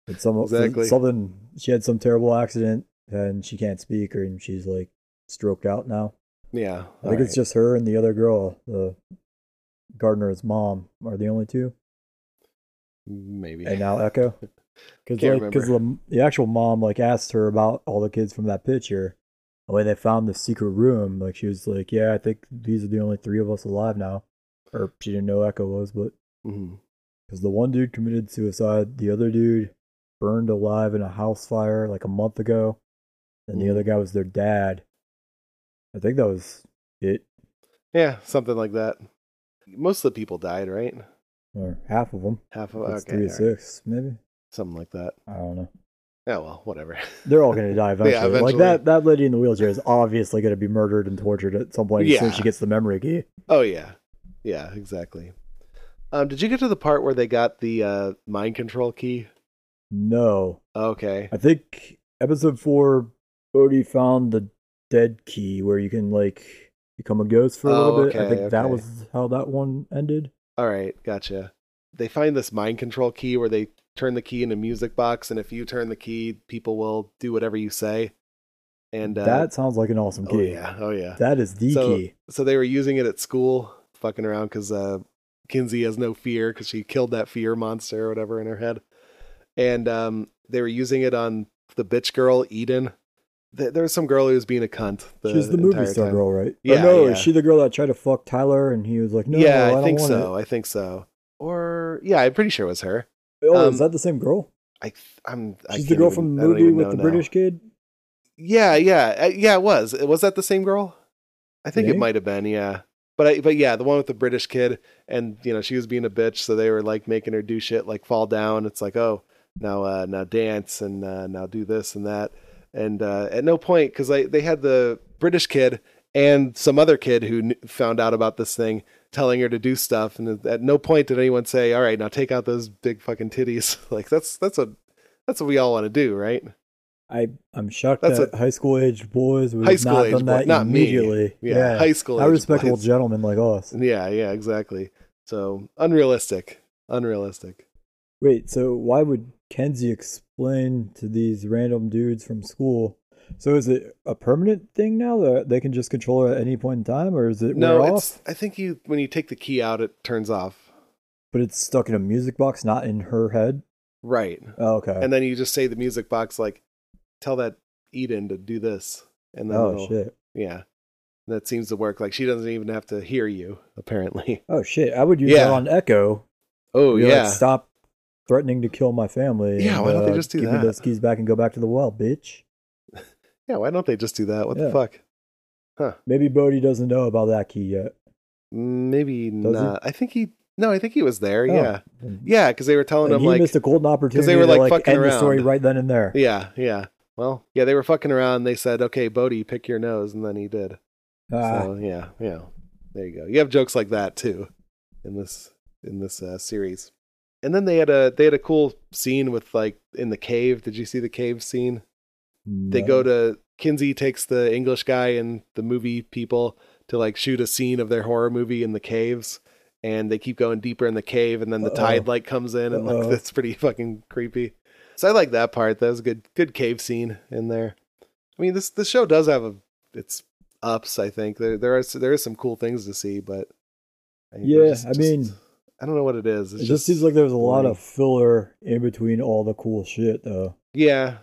Speaker 2: But some
Speaker 1: Exactly.
Speaker 2: something she had some terrible accident and she can't speak, or and she's like stroked out now.
Speaker 1: yeah.
Speaker 2: I think it's just her and the other girl, the gardener's mom, are the only two.
Speaker 1: maybe.
Speaker 2: and now Echo. Because
Speaker 1: Can't
Speaker 2: the, the actual mom like asked her about all the kids from that picture, and when they found the secret room, like she was like, "Yeah, I think these are the only three of us alive now," or she didn't know Echo was, but
Speaker 1: Mhm.
Speaker 2: because the one dude committed suicide, the other dude burned alive in a house fire like a month ago, and
Speaker 1: Mhm.
Speaker 2: the other guy was their dad. I think that was it,
Speaker 1: Yeah, something like that. Most of the people died, right?
Speaker 2: or half of them.
Speaker 1: Half of
Speaker 2: It's
Speaker 1: okay,
Speaker 2: three to
Speaker 1: all right.
Speaker 2: six, maybe.
Speaker 1: something like that.
Speaker 2: I don't know.
Speaker 1: Yeah, well, whatever.
Speaker 2: They're all going to die eventually.
Speaker 1: eventually.
Speaker 2: Like that, that lady in the wheelchair is obviously going to be murdered and tortured at some point as soon as
Speaker 1: Yeah.
Speaker 2: she gets the memory key.
Speaker 1: oh yeah, yeah, exactly. Um, did you get to the part where they got the uh, mind control key?
Speaker 2: No,
Speaker 1: Okay,
Speaker 2: I think episode four, Bodhi found the dead key where you can like become a ghost for a
Speaker 1: Oh,
Speaker 2: little bit.
Speaker 1: okay,
Speaker 2: I think that
Speaker 1: okay.
Speaker 2: was how that one ended.
Speaker 1: All right, gotcha. They find this mind control key where they turn the key in a music box, and if you turn the key, people will do whatever you say. And uh,
Speaker 2: that sounds like an awesome
Speaker 1: oh
Speaker 2: key.
Speaker 1: yeah, oh yeah.
Speaker 2: That is the
Speaker 1: So-
Speaker 2: key.
Speaker 1: So they were using it at school, fucking around because uh, Kinsey has no fear because she killed that fear monster or whatever in her head. And um, they were using it on the bitch girl Eden. Th- there was some girl who was being a cunt. The
Speaker 2: She's the movie
Speaker 1: entire
Speaker 2: star
Speaker 1: time.
Speaker 2: girl, right? Or
Speaker 1: Yeah,
Speaker 2: no,
Speaker 1: yeah.
Speaker 2: is she the girl that tried to fuck Tyler and he was like, no,
Speaker 1: yeah,
Speaker 2: I,
Speaker 1: I,
Speaker 2: don't
Speaker 1: think
Speaker 2: want
Speaker 1: so. I think so. Or yeah, I'm pretty sure it was her.
Speaker 2: It. Oh,
Speaker 1: Um,
Speaker 2: is that the same girl?
Speaker 1: I th- I'm. I
Speaker 2: She's the
Speaker 1: can't
Speaker 2: girl
Speaker 1: even-
Speaker 2: from
Speaker 1: I
Speaker 2: the
Speaker 1: don't
Speaker 2: movie
Speaker 1: even
Speaker 2: with
Speaker 1: know
Speaker 2: the
Speaker 1: now.
Speaker 2: British kid.
Speaker 1: Yeah, yeah, uh, yeah. It was. Was that the same girl? I think it
Speaker 2: Yeah.
Speaker 1: might have been. Yeah, but I, but yeah, the one with the British kid, and you know she was being a bitch, so they were like making her do shit, like fall down. It's like, oh, now uh, now dance and uh, now do this and that, and uh, at no point because they they had the British kid and some other kid who kn- found out about this thing telling her to do stuff and at no point did anyone say all right now take out those big fucking titties like that's that's what that's what we all want to do right
Speaker 2: I I'm shocked
Speaker 1: That's
Speaker 2: that high school aged boys would
Speaker 1: High
Speaker 2: have
Speaker 1: school
Speaker 2: not
Speaker 1: age
Speaker 2: done
Speaker 1: boy-
Speaker 2: that
Speaker 1: not me.
Speaker 2: immediately.
Speaker 1: yeah, high school
Speaker 2: How
Speaker 1: age
Speaker 2: respectable
Speaker 1: boys.
Speaker 2: gentlemen like us.
Speaker 1: Yeah, yeah, exactly. So unrealistic, unrealistic.
Speaker 2: Wait, so why would Kenzie explain to these random dudes from school? So is it a permanent thing now that they can just control her at any point in time, or is it
Speaker 1: No,
Speaker 2: wear
Speaker 1: it's.
Speaker 2: off?
Speaker 1: I think you when you take the key out, it turns off.
Speaker 2: But it's stuck in a music box, not in her head.
Speaker 1: Right,
Speaker 2: Oh, okay.
Speaker 1: and then you just say the music box like, "Tell that Eden to do this," and then
Speaker 2: oh
Speaker 1: it'll-
Speaker 2: shit.
Speaker 1: yeah, that seems to work. Like she doesn't even have to hear you apparently.
Speaker 2: Oh shit. I would use
Speaker 1: Yeah.
Speaker 2: that on Echo.
Speaker 1: Oh
Speaker 2: Be like,
Speaker 1: yeah,
Speaker 2: Stop threatening to kill my family.
Speaker 1: Yeah,
Speaker 2: and,
Speaker 1: why don't they
Speaker 2: uh,
Speaker 1: just do
Speaker 2: give
Speaker 1: that?
Speaker 2: me those keys back and go back to the well, bitch?
Speaker 1: yeah. Why don't they just do that? What the
Speaker 2: Yeah.
Speaker 1: fuck?
Speaker 2: Maybe Bodhi doesn't know about that key yet.
Speaker 1: Maybe
Speaker 2: he?
Speaker 1: not. I think he. No, I think he was there.
Speaker 2: Oh.
Speaker 1: Yeah, yeah, because they were telling
Speaker 2: And
Speaker 1: him
Speaker 2: he
Speaker 1: like
Speaker 2: missed a golden opportunity
Speaker 1: were,
Speaker 2: to,
Speaker 1: like,
Speaker 2: like,
Speaker 1: fucking
Speaker 2: end the story
Speaker 1: around.
Speaker 2: right then and there.
Speaker 1: Yeah, yeah. Well, yeah, they were fucking around. They said, "Okay, Bodhi, pick your nose," and then he did.
Speaker 2: Ah,
Speaker 1: So yeah, yeah. There you go. You have jokes like that too in this in this uh, series. And then they had a they had a cool scene with like in the cave. Did you see the cave scene? They
Speaker 2: no.
Speaker 1: go to Kinsey takes the English guy and the movie people to like shoot a scene of their horror movie in the caves. And they keep going deeper in the cave, and then the
Speaker 2: Uh-oh.
Speaker 1: tide like comes in, and like
Speaker 2: Uh-oh.
Speaker 1: that's pretty fucking creepy. So I like that part. That was a good, good cave scene in there. I mean, this the show does have a its ups. I think there there are there is some cool things to see, but I,
Speaker 2: Yeah, I mean-
Speaker 1: I don't know what it is.
Speaker 2: It
Speaker 1: It's
Speaker 2: just seems like there's a lot
Speaker 1: boring.
Speaker 2: of filler in between all the cool shit, though.
Speaker 1: yeah,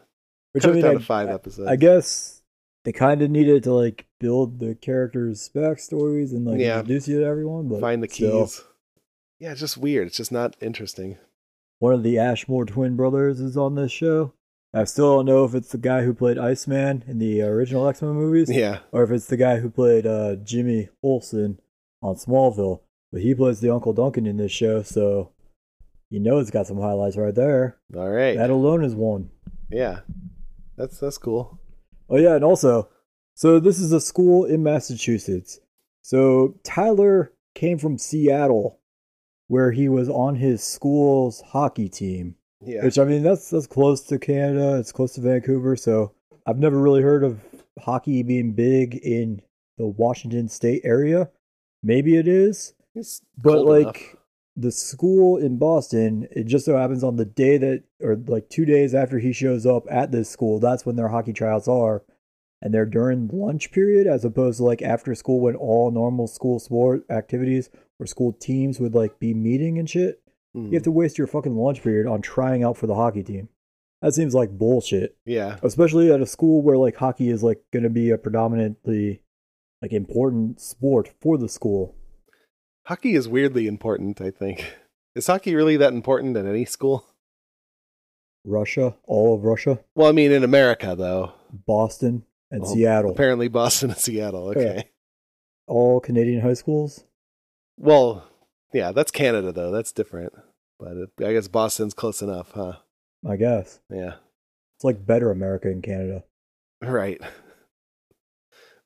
Speaker 2: Which
Speaker 1: cut
Speaker 2: I
Speaker 1: it
Speaker 2: mean,
Speaker 1: down
Speaker 2: I,
Speaker 1: to five
Speaker 2: I-
Speaker 1: episodes.
Speaker 2: I guess they kind of needed to like build the characters' backstories and like
Speaker 1: Yeah.
Speaker 2: introduce you to everyone, but
Speaker 1: find the
Speaker 2: still,
Speaker 1: keys. Yeah, it's just weird. It's just not interesting.
Speaker 2: one of the Ashmore twin brothers is on this show. I still don't know if it's the guy who played Iceman in the original X Men movies,
Speaker 1: Yeah,
Speaker 2: or if it's the guy who played uh, Jimmy Olsen on Smallville. But he plays the Uncle Duncan in this show, so you know it's got some highlights right there.
Speaker 1: all right.
Speaker 2: That alone is one.
Speaker 1: Yeah, that's that's cool.
Speaker 2: Oh yeah, and also, so this is a school in Massachusetts. So Tyler came from Seattle, where he was on his school's hockey team.
Speaker 1: Yeah,
Speaker 2: Which I mean, that's that's close to Canada. It's close to Vancouver. So I've never really heard of hockey being big in the Washington State area. Maybe it is,
Speaker 1: It's
Speaker 2: but
Speaker 1: cold
Speaker 2: like
Speaker 1: enough.
Speaker 2: the school in Boston, it just so happens on the day that, or like two days after he shows up at this school, that's when their hockey tryouts are, and they're during lunch period as opposed to like after school when all normal school sport activities or school teams would like be meeting and shit.
Speaker 1: Mm.
Speaker 2: You have to waste your fucking lunch period on trying out for the hockey team. That seems like bullshit,
Speaker 1: yeah,
Speaker 2: especially at a school where like hockey is like going to be a predominantly like important sport for the school.
Speaker 1: hockey is weirdly important. I think is hockey really that important in any school?
Speaker 2: Russia, all of Russia,
Speaker 1: Well, I mean, in America though,
Speaker 2: Boston, and
Speaker 1: Well,
Speaker 2: Seattle,
Speaker 1: apparently Boston and Seattle. Okay,
Speaker 2: all Canadian high schools.
Speaker 1: well, yeah, that's Canada though. That's different, but it, I guess Boston's close enough, huh?
Speaker 2: I guess
Speaker 1: Yeah,
Speaker 2: it's like better America and Canada.
Speaker 1: right.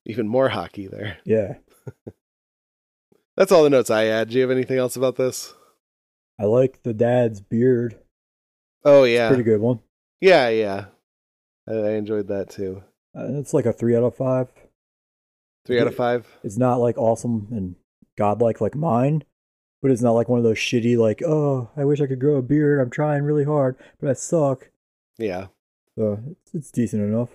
Speaker 1: Even more hockey there.
Speaker 2: Yeah,
Speaker 1: That's all the notes I had. Do you have anything else about this?
Speaker 2: I like the dad's beard.
Speaker 1: Oh yeah,
Speaker 2: Pretty good one.
Speaker 1: yeah, yeah. I, I enjoyed that too.
Speaker 2: Uh, It's like a three out of five.
Speaker 1: Three out of five.
Speaker 2: It's not like awesome and godlike like mine, but it's not like one of those shitty like, oh, I wish I could grow a beard. I'm trying really hard, but I suck.
Speaker 1: Yeah,
Speaker 2: So it's, it's decent enough.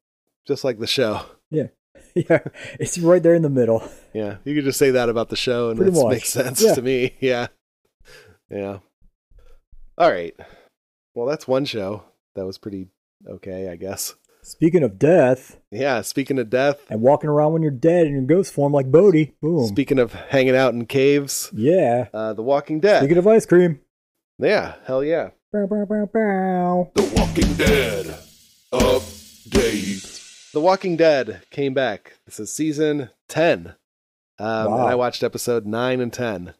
Speaker 1: just like the show.
Speaker 2: yeah, it's right there in the middle.
Speaker 1: Yeah, you could just say that about the show, and
Speaker 2: Pretty
Speaker 1: it
Speaker 2: much.
Speaker 1: makes sense
Speaker 2: Yeah.
Speaker 1: to me. Yeah, yeah. All right. Well, that's one show that was pretty okay, I guess.
Speaker 2: Speaking of death
Speaker 1: Yeah. Speaking of death,
Speaker 2: and walking around when you're dead in your ghost form like Bodhi, boom.
Speaker 1: speaking of hanging out in caves,
Speaker 2: yeah.
Speaker 1: uh, The Walking Dead.
Speaker 2: Speaking of ice cream.
Speaker 1: yeah, hell yeah.
Speaker 2: Bow, bow, bow, bow.
Speaker 3: The Walking Dead update.
Speaker 1: The Walking Dead came back. This is season 10. Um,
Speaker 2: Wow.
Speaker 1: And I watched episode 9 and 10.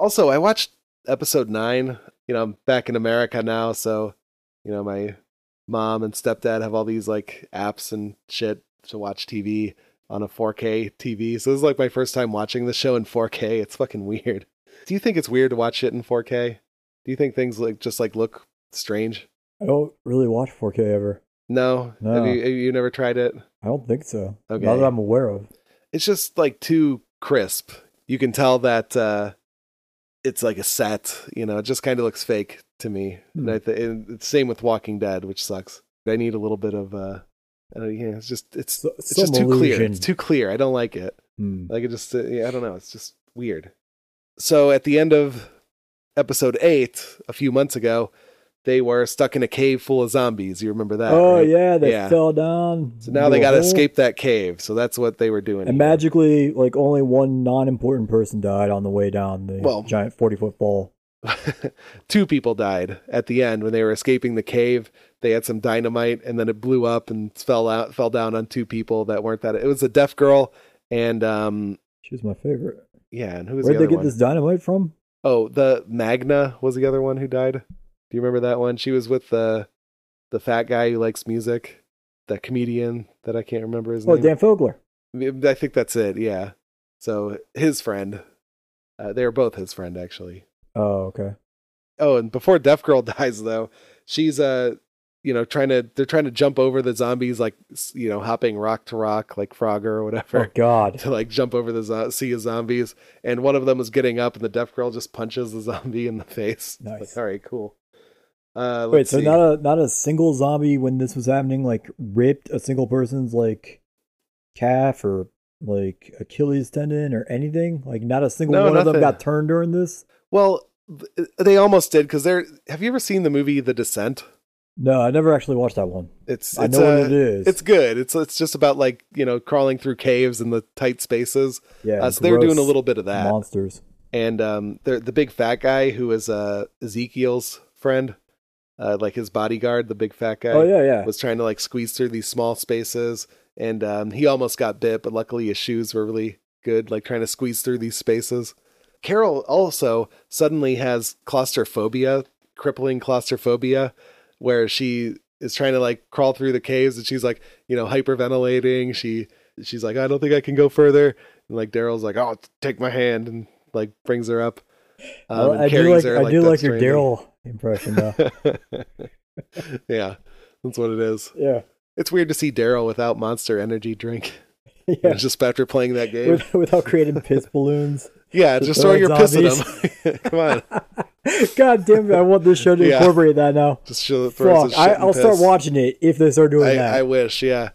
Speaker 1: Also, I watched episode 9. You know, I'm back in America now. So, you know, my mom and stepdad have all these like apps and shit to watch TV on a 4K TV. So, this is like my first time watching the show in 4K. It's fucking weird. Do you think it's weird to watch shit in 4K? Do you think things like just like look strange?
Speaker 2: I don't really watch 4K ever.
Speaker 1: No.
Speaker 2: No.
Speaker 1: Have, you, have you never tried it?
Speaker 2: I don't think so.
Speaker 1: Okay.
Speaker 2: Not that I'm aware of.
Speaker 1: it's just like too crisp. You can tell that uh, it's like a set. You know, it just kind of looks fake to me.
Speaker 2: Hmm.
Speaker 1: And, I th- and it's same with Walking Dead, which sucks. I need a little bit of. Uh, I don't, yeah, it's just it's
Speaker 2: So-
Speaker 1: it's
Speaker 2: some
Speaker 1: just too clear.
Speaker 2: illusion.
Speaker 1: It's too clear. I don't like it.
Speaker 2: Hmm.
Speaker 1: Like it just, uh, yeah, I don't know. It's just weird. So at the end of episode eight, a few months ago, they were stuck in a cave full of zombies. You remember that?
Speaker 2: oh
Speaker 1: right?
Speaker 2: yeah, they
Speaker 1: Yeah.
Speaker 2: fell down.
Speaker 1: So now they
Speaker 2: into
Speaker 1: got
Speaker 2: a
Speaker 1: to
Speaker 2: hole,
Speaker 1: escape that cave. So that's what they were doing.
Speaker 2: And
Speaker 1: here.
Speaker 2: magically, like only one non-important person died on the way down the
Speaker 1: Well-
Speaker 2: giant forty-foot fall.
Speaker 1: two people died at the end when they were escaping the cave. They had some dynamite, and then it blew up and fell out, fell down on two people that weren't that. It was a deaf girl, and um,
Speaker 2: She was my favorite.
Speaker 1: yeah, and who was
Speaker 2: Where'd
Speaker 1: the
Speaker 2: they
Speaker 1: other
Speaker 2: get
Speaker 1: one?
Speaker 2: this dynamite from?
Speaker 1: Oh, the Magna was the other one who died. Do you remember that one? She was with the the fat guy who likes music, the comedian that I can't remember his
Speaker 2: Oh,
Speaker 1: name.
Speaker 2: Dan Fogler.
Speaker 1: I think that's it. Yeah. So his friend, uh, they were both his friend actually.
Speaker 2: Oh, okay.
Speaker 1: oh and before deaf girl dies though she's uh you know trying to they're trying to jump over the zombies like s- you know hopping rock to rock like frogger or
Speaker 2: Oh
Speaker 1: whatever
Speaker 2: God.
Speaker 1: to like jump over the zo- sea of zombies and one of them was getting up and the deaf girl just punches the zombie in the face It's
Speaker 2: Nice.
Speaker 1: like, all right cool uh
Speaker 2: Wait,
Speaker 1: let's
Speaker 2: so
Speaker 1: see.
Speaker 2: not a not a single zombie when this was happening like ripped a single person's like calf or like Achilles tendon or anything. Like not a single
Speaker 1: No,
Speaker 2: one of
Speaker 1: nothing.
Speaker 2: them got turned during this.
Speaker 1: well th- uh, they almost did because they're have you ever seen the movie the descent
Speaker 2: No, I never actually watched that one.
Speaker 1: it's, it's
Speaker 2: I know
Speaker 1: uh,
Speaker 2: what it is.
Speaker 1: it's good it's it's just about like you know crawling through caves and the tight spaces
Speaker 2: yeah.
Speaker 1: uh, so they were doing a
Speaker 2: gross
Speaker 1: little bit of that
Speaker 2: monsters.
Speaker 1: and um, the the big fat guy who is uh, Ezekiel's friend, uh, like his bodyguard, the big fat guy,
Speaker 2: Oh yeah, yeah.
Speaker 1: was trying to like squeeze through these small spaces, and um, he almost got bit, but luckily his shoes were really good, like trying to squeeze through these spaces. Carol also suddenly has claustrophobia, crippling claustrophobia, where she is trying to like crawl through the caves, and she's like, you know, hyperventilating. She she's like, I don't think I can go further. And like Daryl's like, oh, take my hand, and like brings her up. um,
Speaker 2: Well,
Speaker 1: and
Speaker 2: I do
Speaker 1: carries
Speaker 2: like,
Speaker 1: her,
Speaker 2: I do
Speaker 1: Death
Speaker 2: like your
Speaker 1: Stranding.
Speaker 2: Daryl impression though.
Speaker 1: yeah, that's what it is.
Speaker 2: yeah,
Speaker 1: It's weird to see Daryl without Monster Energy drink.
Speaker 2: yeah.
Speaker 1: It's just after playing that game.
Speaker 2: With, without creating piss balloons.
Speaker 1: yeah, just throw
Speaker 2: throwing
Speaker 1: your piss at him. Come on,
Speaker 2: God damn it! I want this show to
Speaker 1: Yeah.
Speaker 2: incorporate that now.
Speaker 1: just show, throw
Speaker 2: Fuck!
Speaker 1: some shit
Speaker 2: I,
Speaker 1: and
Speaker 2: I'll start
Speaker 1: piss.
Speaker 2: watching it if they start doing
Speaker 1: I,
Speaker 2: that.
Speaker 1: I wish, yeah.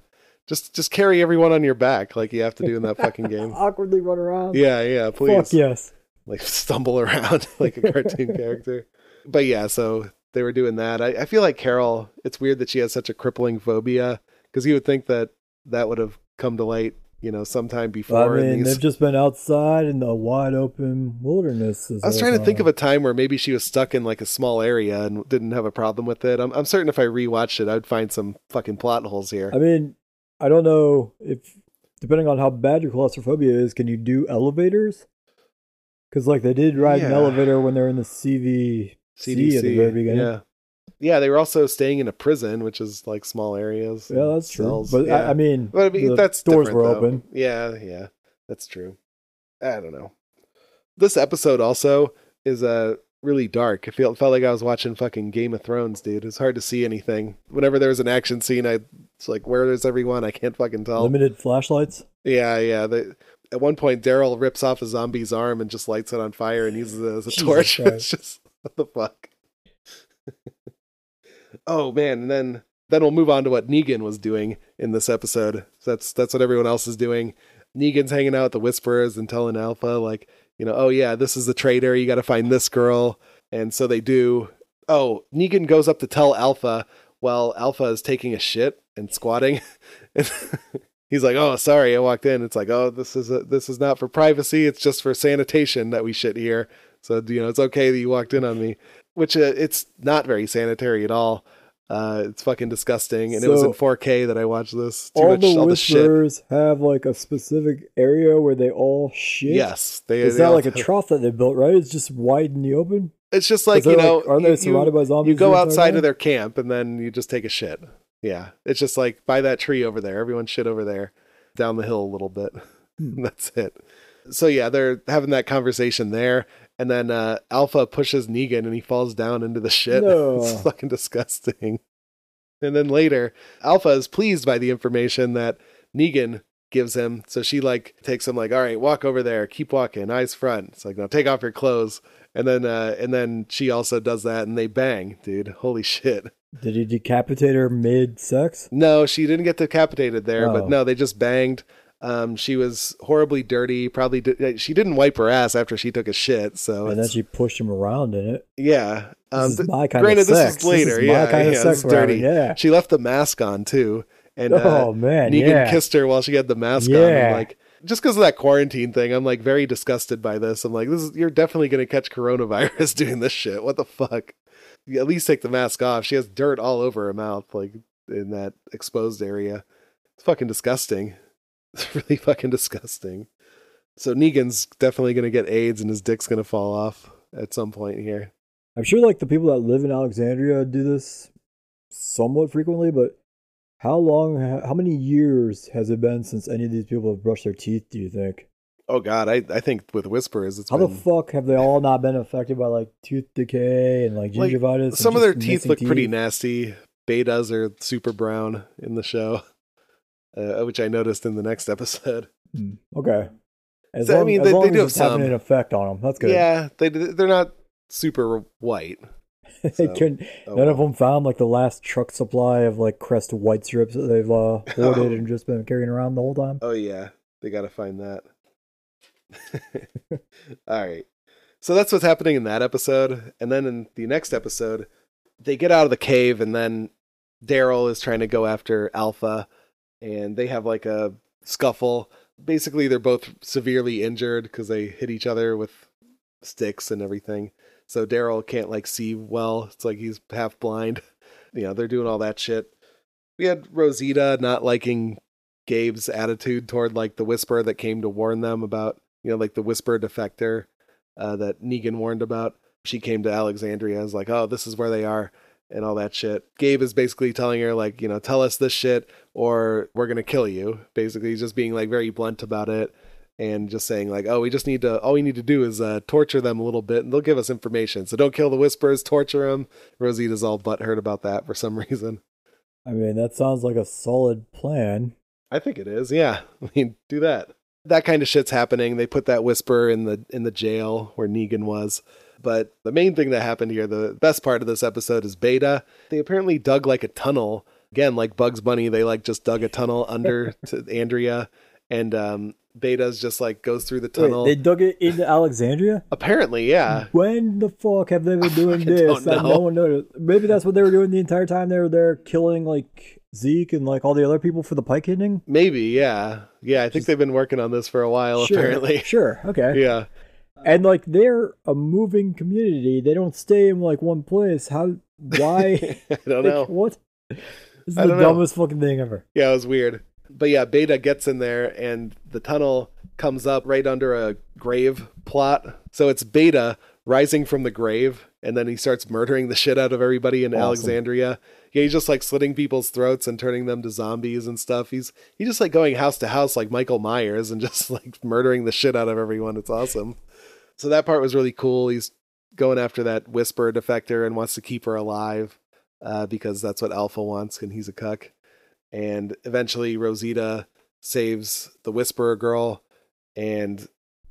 Speaker 1: Just just carry everyone on your back like you have to do in that fucking game.
Speaker 2: Awkwardly run around.
Speaker 1: Yeah, yeah, please.
Speaker 2: Fuck yes.
Speaker 1: like stumble around like a cartoon character. But yeah, so they were doing that. I, I feel like Carol, it's weird that she has such a crippling phobia because you would think that that would have come to light, you know, sometime
Speaker 2: I
Speaker 1: before. in
Speaker 2: mean,
Speaker 1: these-
Speaker 2: they've just been outside in the wide open wilderness.
Speaker 1: I was trying to think of a time where maybe she was stuck in like a small area and didn't have a problem with it. I'm, I'm certain if I rewatched it, I'd find some fucking plot holes here.
Speaker 2: I mean, I don't know if depending on how bad your claustrophobia is, can you do elevators? Because like they did ride an
Speaker 1: Yeah.
Speaker 2: elevator when they're in the CV. See
Speaker 1: CDC,
Speaker 2: at the very beginning.
Speaker 1: yeah, yeah. They were also staying in a prison, which is like small areas.
Speaker 2: Yeah,
Speaker 1: and
Speaker 2: that's true.
Speaker 1: cells.
Speaker 2: But
Speaker 1: Yeah.
Speaker 2: I, I mean,
Speaker 1: But I mean,
Speaker 2: the
Speaker 1: that's
Speaker 2: doors
Speaker 1: different,
Speaker 2: were
Speaker 1: though.
Speaker 2: open.
Speaker 1: Yeah, yeah, that's true. I don't know. This episode also is uh, really dark. It felt felt like I was watching fucking Game of Thrones, dude. It's hard to see anything. Whenever there was an action scene, I it's like, where is everyone? I can't fucking tell.
Speaker 2: Limited flashlights.
Speaker 1: Yeah, yeah. They, at one point, Daryl rips off a zombie's arm and just lights it on fire and uses it as a
Speaker 4: Jesus
Speaker 1: torch. it's
Speaker 4: Christ.
Speaker 1: just what the fuck. oh man, and then then we'll move on to what Negan was doing in this episode. So that's that's what everyone else is doing. Negan's hanging out with the Whisperers and telling Alpha like, you know, oh yeah, this is the traitor. You got to find this girl, and so they do. Oh, Negan goes up to tell Alpha while Alpha is taking a shit and squatting. he's like, "Oh, sorry, I walked in." It's like, "Oh, this is a, this is not for privacy. It's just for sanitation that we shit here." So you know, it's okay that you walked in on me, which uh, it's not very sanitary at all. Uh, it's fucking disgusting, and it was
Speaker 2: So-
Speaker 1: in 4K that I watched this. Too
Speaker 2: all
Speaker 1: much
Speaker 2: the
Speaker 1: all the shit.
Speaker 2: whisperers have like a specific area where they all shit.
Speaker 1: Yes, they.
Speaker 2: It's
Speaker 1: they
Speaker 2: not
Speaker 1: all
Speaker 2: like a
Speaker 1: have-
Speaker 2: trough that they built, right? It's just wide in the open.
Speaker 1: It's just like
Speaker 2: Is there,
Speaker 1: you know,
Speaker 2: like- aren't
Speaker 1: you-
Speaker 2: they surrounded
Speaker 1: you,
Speaker 2: by zombies
Speaker 1: you go
Speaker 2: the entire
Speaker 1: outside
Speaker 2: time?
Speaker 1: of their camp and then you just take a shit. Yeah, it's just like by that tree over there. Everyone shit over there, down the hill a little bit.
Speaker 2: Hmm.
Speaker 1: That's it. So yeah, they're having that conversation there, and then uh, Alpha pushes Negan and he falls down into the shit.
Speaker 2: No.
Speaker 1: it's fucking disgusting. And then later, Alpha is pleased by the information that Negan gives him. So she like takes him like, all right, walk over there, keep walking, eyes front. It's like, now take off your clothes. And then uh and then she also does that and they bang, dude. Holy shit.
Speaker 2: Did he decapitate her mid sex?
Speaker 1: No, she didn't get decapitated there, but
Speaker 2: Oh.
Speaker 1: no, they just banged. Um, she was horribly dirty. Probably di- she didn't wipe her ass after she took a shit. So
Speaker 2: And then
Speaker 1: it's-
Speaker 2: she pushed him around in it.
Speaker 1: yeah, um,
Speaker 2: This
Speaker 1: th-
Speaker 2: is my kind
Speaker 1: granted,
Speaker 2: of sex.
Speaker 1: this is later.
Speaker 2: my
Speaker 1: yeah,
Speaker 2: kind
Speaker 1: yeah,
Speaker 2: of sex.
Speaker 1: this is
Speaker 2: we're having,
Speaker 1: dirty.
Speaker 2: Yeah.
Speaker 1: She left the mask on too, and uh,
Speaker 2: oh man.
Speaker 1: Negan
Speaker 2: yeah.
Speaker 1: kissed her while she had the mask on. I'm
Speaker 2: Yeah.
Speaker 1: like, just because of that quarantine thing, I'm like very disgusted by this. I'm like, this is you're definitely gonna catch coronavirus doing this shit. What the fuck? You at least take the mask off. She has dirt all over her mouth, like in that exposed area. It's fucking disgusting. It's really fucking disgusting. So Negan's definitely gonna get AIDS and his dick's gonna fall off at some point here.
Speaker 2: I'm sure like the people that live in Alexandria do this somewhat frequently, but how long, how many years has it been since any of these people have brushed their teeth? Do you think?
Speaker 1: Oh god, I, I think with whispers it's
Speaker 2: How
Speaker 1: been...
Speaker 2: the fuck have they all not been affected by like tooth decay and like
Speaker 1: Like,
Speaker 2: gingivitis? and
Speaker 1: some of their
Speaker 2: just
Speaker 1: teeth
Speaker 2: missing
Speaker 1: look pretty nasty. Betas are super brown in the show, uh, which I noticed in the next episode.
Speaker 2: Mm, Okay. As
Speaker 1: So, I
Speaker 2: long,
Speaker 1: mean,
Speaker 2: as
Speaker 1: they-
Speaker 2: long
Speaker 1: they
Speaker 2: as
Speaker 1: do have
Speaker 2: it's having
Speaker 1: some.
Speaker 2: an effect on them, that's good.
Speaker 1: Yeah, they they're not super white.
Speaker 2: They
Speaker 1: so-
Speaker 2: couldn't-
Speaker 1: Oh,
Speaker 2: none of
Speaker 1: well.
Speaker 2: them found like the last truck supply of like Crest white syrups that they've uh, hoarded
Speaker 1: Oh.
Speaker 2: and just been carrying around the whole time.
Speaker 1: Oh yeah, they got to find that. All right. So that's what's happening in that episode, and then in the next episode, they get out of the cave, and then Daryl is trying to go after Alpha, and they have like a scuffle. Basically, they're both severely injured because they hit each other with sticks and everything. So Daryl can't like see well. It's like he's half blind. You know, they're doing all that shit. We had Rosita not liking Gabe's attitude toward like the whisper that came to warn them about, you know, like the whisper defector uh, that Negan warned about. She came to Alexandria and was like, oh, this is where they are and all that shit. Gabe is basically telling her, like, you know, tell us this shit or we're going to kill you. Basically, he's just being like very blunt about it and just saying, like, oh, we just need to, all we need to do is uh, torture them a little bit and they'll give us information. So don't kill the whispers, torture them. Rosita's all butthurt about that for some reason.
Speaker 2: I mean, that sounds like a solid plan.
Speaker 1: I think it is. Yeah. I mean, do that. That kind of shit's happening. They put that whisper in the in the jail where Negan was. But the main thing that happened here, the best part of this episode is Beta. They apparently dug like a tunnel. Again, like Bugs Bunny, they like just dug a tunnel under to Andrea and um Beta's just like goes through the
Speaker 2: Wait,
Speaker 1: tunnel.
Speaker 2: they Hmm. dug it into Alexandria?
Speaker 1: apparently, yeah.
Speaker 2: When the fuck have they
Speaker 1: I
Speaker 2: been doing
Speaker 1: fucking
Speaker 2: this?
Speaker 1: don't
Speaker 2: That
Speaker 1: know.
Speaker 2: no one noticed. Maybe that's what they were doing the entire time they were there, killing like Zeke and like all the other people for the pike hitting.
Speaker 1: Maybe, yeah. Yeah, I think they've been working on this for a while
Speaker 2: Sure,
Speaker 1: apparently.
Speaker 2: sure, okay.
Speaker 1: yeah.
Speaker 2: And like they're a moving community; they don't stay in like one place. How? Why?
Speaker 1: I don't
Speaker 2: like,
Speaker 1: know.
Speaker 2: What? This is
Speaker 1: I
Speaker 2: the
Speaker 1: don't know.
Speaker 2: dumbest fucking thing ever.
Speaker 1: Yeah, it was weird. But yeah, Beta gets in there and the tunnel comes up right under a grave plot. So it's Beta rising from the grave and then he starts murdering the shit out of everybody in
Speaker 2: Awesome.
Speaker 1: Alexandria. Yeah, he's just like slitting people's throats and turning them to zombies and stuff. He's he's just like going house to house like Michael Myers and just like murdering the shit out of everyone. It's awesome. So that part was really cool. He's going after that whisper defector and wants to keep her alive uh, because that's what Alpha wants and he's a cuck and eventually Rosita saves the Whisperer girl, and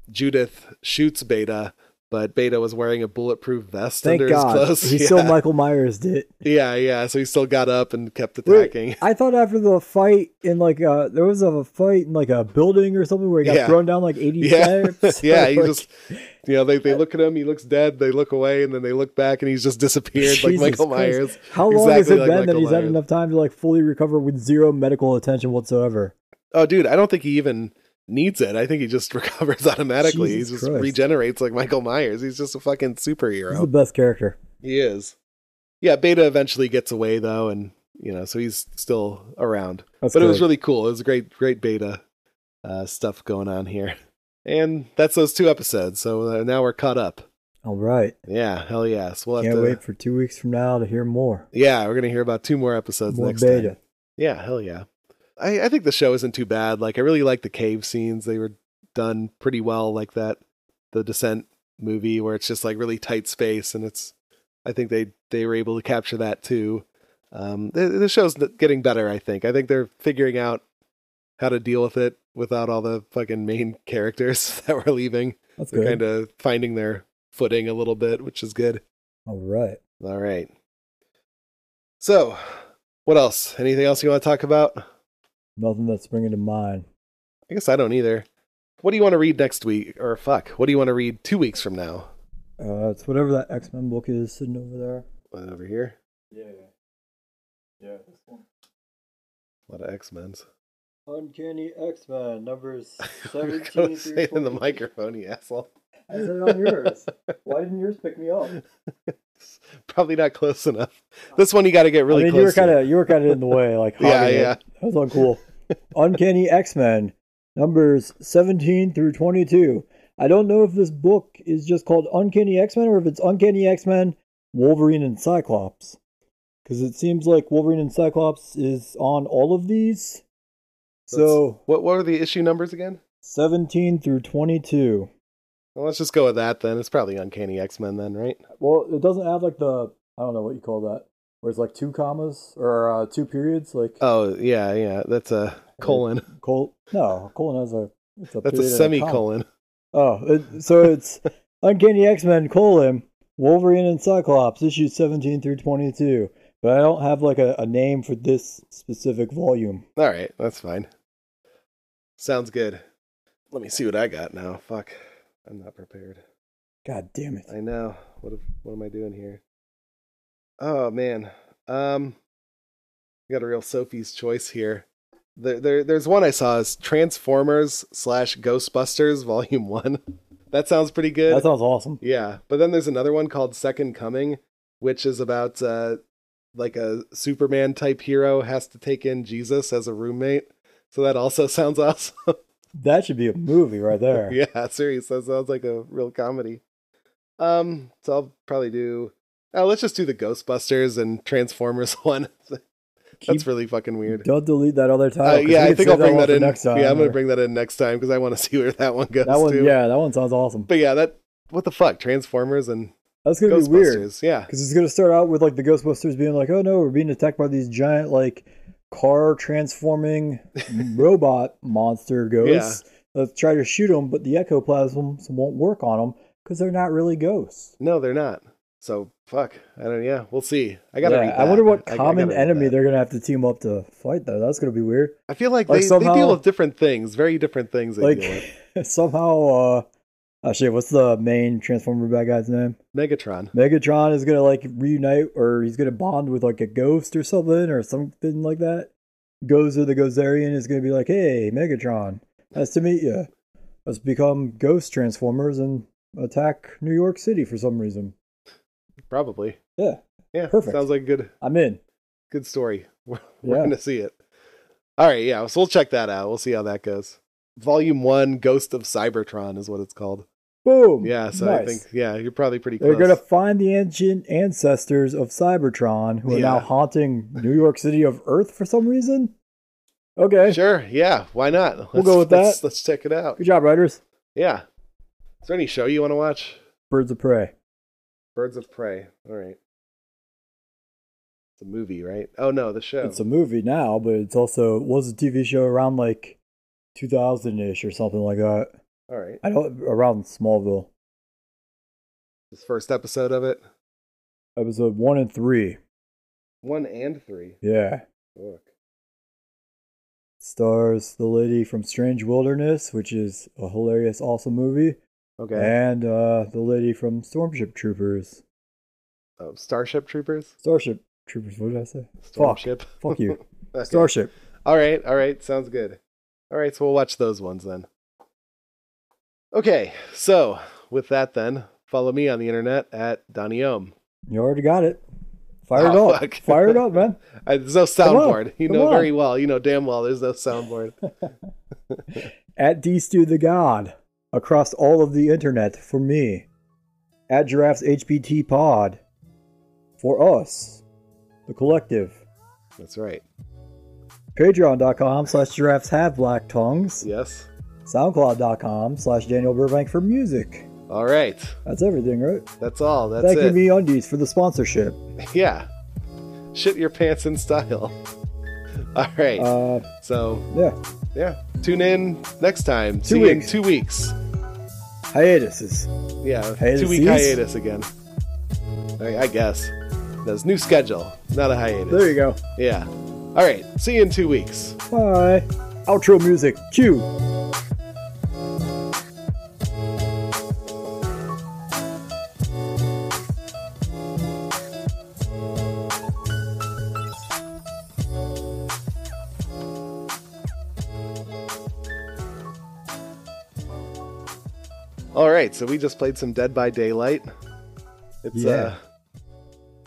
Speaker 1: Judith shoots Beta, but Beta was wearing a bulletproof vest
Speaker 2: Thank
Speaker 1: under
Speaker 2: God.
Speaker 1: his clothes.
Speaker 2: He
Speaker 1: yeah.
Speaker 2: still Michael Myers did.
Speaker 1: yeah, yeah. So he still got up and kept
Speaker 2: Wait,
Speaker 1: attacking.
Speaker 2: I thought after the fight in like uh there was a fight in like a building or something where he got
Speaker 1: Yeah.
Speaker 2: thrown down like eighty
Speaker 1: Yeah,
Speaker 2: steps.
Speaker 1: yeah. He
Speaker 2: Like,
Speaker 1: just, you know, they, they look at him. He looks dead. They look away, and then they look back, and he's just disappeared like
Speaker 2: Jesus
Speaker 1: Michael
Speaker 2: Christ.
Speaker 1: Myers.
Speaker 2: How long has
Speaker 1: Exactly
Speaker 2: it
Speaker 1: like
Speaker 2: been that
Speaker 1: Michael
Speaker 2: he's had
Speaker 1: Myers.
Speaker 2: enough time to like fully recover with zero medical attention whatsoever?
Speaker 1: Oh, dude, I don't think he even needs it. I think he just recovers automatically.
Speaker 2: Jesus
Speaker 1: he just
Speaker 2: Christ.
Speaker 1: regenerates like Michael Myers. He's just a fucking
Speaker 2: He's the
Speaker 1: superhero.
Speaker 2: best character.
Speaker 1: He is. Yeah, Beta eventually gets away though, and you know, so he's still around.
Speaker 2: That's
Speaker 1: but it was
Speaker 2: good.
Speaker 1: really cool. It was great, great Beta uh, stuff going on here. And that's those two episodes. So uh, now we're caught up.
Speaker 2: all right.
Speaker 1: Yeah, hell yes. We'll have
Speaker 2: Can't
Speaker 1: to.
Speaker 2: wait for two weeks from now to hear more.
Speaker 1: Yeah, we're gonna hear about two more episodes
Speaker 2: more
Speaker 1: next
Speaker 2: beta.
Speaker 1: time. Yeah, hell yeah. I, I think the show isn't too bad. Like I really like the cave scenes. They were done pretty well like that the descent movie where it's just like really tight space and it's I think they they were able to capture that too. Um the, the show's getting better, I think. I think they're figuring out how to deal with it without all the fucking main characters that were leaving.
Speaker 2: That's
Speaker 1: They're
Speaker 2: good.
Speaker 1: kind of finding their footing a little bit, which is good.
Speaker 2: All right.
Speaker 1: All right. So, what else? Anything else you want to talk about? I
Speaker 2: Nothing that's springing to mind.
Speaker 1: guess I don't either. What do you want to read next week? Or fuck, what do you want to read two weeks from now?
Speaker 2: Uh, it's whatever that X Men book is sitting over there.
Speaker 1: One Uh, over here.
Speaker 2: Yeah. Yeah. This one.
Speaker 1: A lot of X Men's.
Speaker 2: Uncanny X Men numbers
Speaker 1: Go say it in the microphone, you asshole.
Speaker 2: I said it on yours. Why didn't yours pick me up?
Speaker 1: Probably not close enough. This one you got to get really
Speaker 2: I mean, you were
Speaker 1: close.
Speaker 2: kind of you were kind of in the way, like
Speaker 1: Yeah,
Speaker 2: hogging it.
Speaker 1: yeah.
Speaker 2: That was uncool. Uncanny X Men numbers seventeen through twenty two. I don't know if this book is just called Uncanny X Men or if it's Uncanny X Men Wolverine and Cyclops, because it seems like Wolverine and Cyclops is on all of these.
Speaker 1: to.
Speaker 2: So
Speaker 1: what what are the issue numbers again?
Speaker 2: seventeen through twenty two.
Speaker 1: Well, let's just go with that then. It's probably Uncanny X Men then, right?
Speaker 2: Well, it doesn't have like the I don't know what you call that, where it's like two commas or uh, two periods, like
Speaker 1: Oh yeah, yeah. That's a colon.
Speaker 2: col. No, colon has a. It's a
Speaker 1: That's a
Speaker 2: period and comma.
Speaker 1: semicolon.
Speaker 2: Oh, it, so it's Uncanny X Men colon Wolverine and Cyclops issues seventeen through twenty two. But I don't have like a, a name for this specific volume.
Speaker 1: All right, that's fine. Sounds good. Let me see what I got now. Fuck, I'm not prepared.
Speaker 2: God damn it!
Speaker 1: I know. What have- what am I doing here? Oh man, um, we got a real Sophie's choice here. There, there, there's one I saw is Transformers slash Ghostbusters Volume One. That sounds pretty good.
Speaker 2: That sounds awesome.
Speaker 1: Yeah, but then there's another one called Second Coming, which is about uh, like a Superman type hero has to take in Jesus as a roommate. So that also sounds awesome.
Speaker 2: That should be a movie right there.
Speaker 1: yeah, serious. That sounds like a real comedy. Um, so I'll probably do. Oh, let's just do the Ghostbusters and Transformers one. That's
Speaker 2: Keep-
Speaker 1: really fucking weird.
Speaker 2: Don't delete that other
Speaker 1: Uh,
Speaker 2: title. 'cause
Speaker 1: yeah,
Speaker 2: we
Speaker 1: I
Speaker 2: can
Speaker 1: think
Speaker 2: save
Speaker 1: I'll bring
Speaker 2: one
Speaker 1: that
Speaker 2: for
Speaker 1: in.
Speaker 2: next time.
Speaker 1: yeah, I'm gonna
Speaker 2: or-
Speaker 1: bring that in next time because I want to see where that one goes
Speaker 2: that one.
Speaker 1: to.
Speaker 2: Yeah, that one sounds awesome.
Speaker 1: But yeah, that what the fuck, Transformers and
Speaker 2: That's gonna be weird.
Speaker 1: Ghostbusters. Yeah,
Speaker 2: Because it's going to start out with like the Ghostbusters being like, oh no, we're being attacked by these giant like car transforming robot monster ghosts. Let's try to shoot them, but the ectoplasms won't work on them because they're not really ghosts.
Speaker 1: No, they're not. So fuck. I don't. Yeah, we'll see. I gotta.
Speaker 2: Yeah,
Speaker 1: read
Speaker 2: I
Speaker 1: that.
Speaker 2: wonder what
Speaker 1: I- I
Speaker 2: common
Speaker 1: gotta read
Speaker 2: enemy
Speaker 1: that.
Speaker 2: they're going to have to team up to fight though. That's going to be weird.
Speaker 1: I feel like,
Speaker 2: like,
Speaker 1: they, they
Speaker 2: somehow-
Speaker 1: deal with different things, very different things. They deal with.
Speaker 2: Like somehow, uh, oh shit, what's the main Transformer bad guy's name?
Speaker 1: Megatron.
Speaker 2: Megatron is gonna like reunite or he's gonna bond with like a ghost or something or something like that. Gozer the Gozerian is gonna be like, hey, Megatron, nice to meet you. Let's become ghost transformers and attack New York City for some reason.
Speaker 1: Probably.
Speaker 2: Yeah,
Speaker 1: Yeah.
Speaker 2: Perfect.
Speaker 1: Sounds like a good
Speaker 2: I'm in.
Speaker 1: good story. We're,
Speaker 2: Yeah.
Speaker 1: we're gonna see it. All right. Yeah. So we'll check that out. We'll see how that goes. Volume one, Ghost of Cybertron, is what it's called.
Speaker 2: Boom.
Speaker 1: Yeah. So I
Speaker 2: Nice.
Speaker 1: think. Yeah, you're probably pretty
Speaker 2: They're
Speaker 1: close.
Speaker 2: gonna find the ancient ancestors of Cybertron who are now
Speaker 1: Yeah.
Speaker 2: haunting New York City of Earth for some reason. Okay.
Speaker 1: Sure. Yeah. Why not? Let's,
Speaker 2: We'll go with
Speaker 1: let's-
Speaker 2: that.
Speaker 1: Let's check it out.
Speaker 2: Good job, writers.
Speaker 1: Yeah. Is there any show you want to watch?
Speaker 2: Birds of prey.
Speaker 1: Birds of Prey. All right. It's a movie, right? Oh no, the show.
Speaker 2: It's a movie now, but it's also was a TV show around like 2000 ish or something like that.
Speaker 1: All right.
Speaker 2: I don't around Smallville.
Speaker 1: This first episode of it.
Speaker 2: Episode one and three.
Speaker 1: One and three.
Speaker 2: Yeah.
Speaker 1: Look.
Speaker 2: Stars the lady from Strange Wilderness, which is a hilarious, awesome movie,
Speaker 1: Okay.
Speaker 2: and uh, the lady from Stormship Troopers.
Speaker 1: Oh, Starship Troopers?
Speaker 2: Starship Troopers. What did I say? Fuck.
Speaker 1: Stormship.
Speaker 2: Fuck you.
Speaker 1: Okay.
Speaker 2: Starship.
Speaker 1: All right, all right, sounds good. All right, so we'll watch those ones then. Okay, so with that then, follow me on the internet at Donny Ohm.
Speaker 2: You already got it. Fire it
Speaker 1: Oh,
Speaker 2: up.
Speaker 1: fuck.
Speaker 2: Fire it up, man.
Speaker 1: I, there's no soundboard. you know very well. You know damn well there's no soundboard.
Speaker 2: At D Stu the God. Across all of the internet for me. At Giraffes HPT Pod. For us. The collective.
Speaker 1: That's right.
Speaker 2: Patreon.com slash giraffes have black tongues.
Speaker 1: Yes.
Speaker 2: Soundcloud.com slash Daniel Burbank for music.
Speaker 1: All right.
Speaker 2: That's everything, right?
Speaker 1: That's all. That's
Speaker 2: Thank you,
Speaker 1: it.
Speaker 2: Me Undies, for the sponsorship.
Speaker 1: Yeah. Shit your pants in style. All right.
Speaker 2: Uh,
Speaker 1: so
Speaker 2: yeah.
Speaker 1: yeah, tune in next time.
Speaker 2: Two
Speaker 1: See you in
Speaker 2: weeks.
Speaker 1: two weeks.
Speaker 2: Hiatuses.
Speaker 1: Yeah,
Speaker 2: Hiatus
Speaker 1: two week
Speaker 2: seas?
Speaker 1: hiatus again. I, I guess. That's new schedule, not a hiatus.
Speaker 2: There you go.
Speaker 1: Yeah. All right. See you in two weeks.
Speaker 2: Bye. Outro music. Cue.
Speaker 1: All right. So we just played some Dead by Daylight. It's uh,
Speaker 2: Yeah.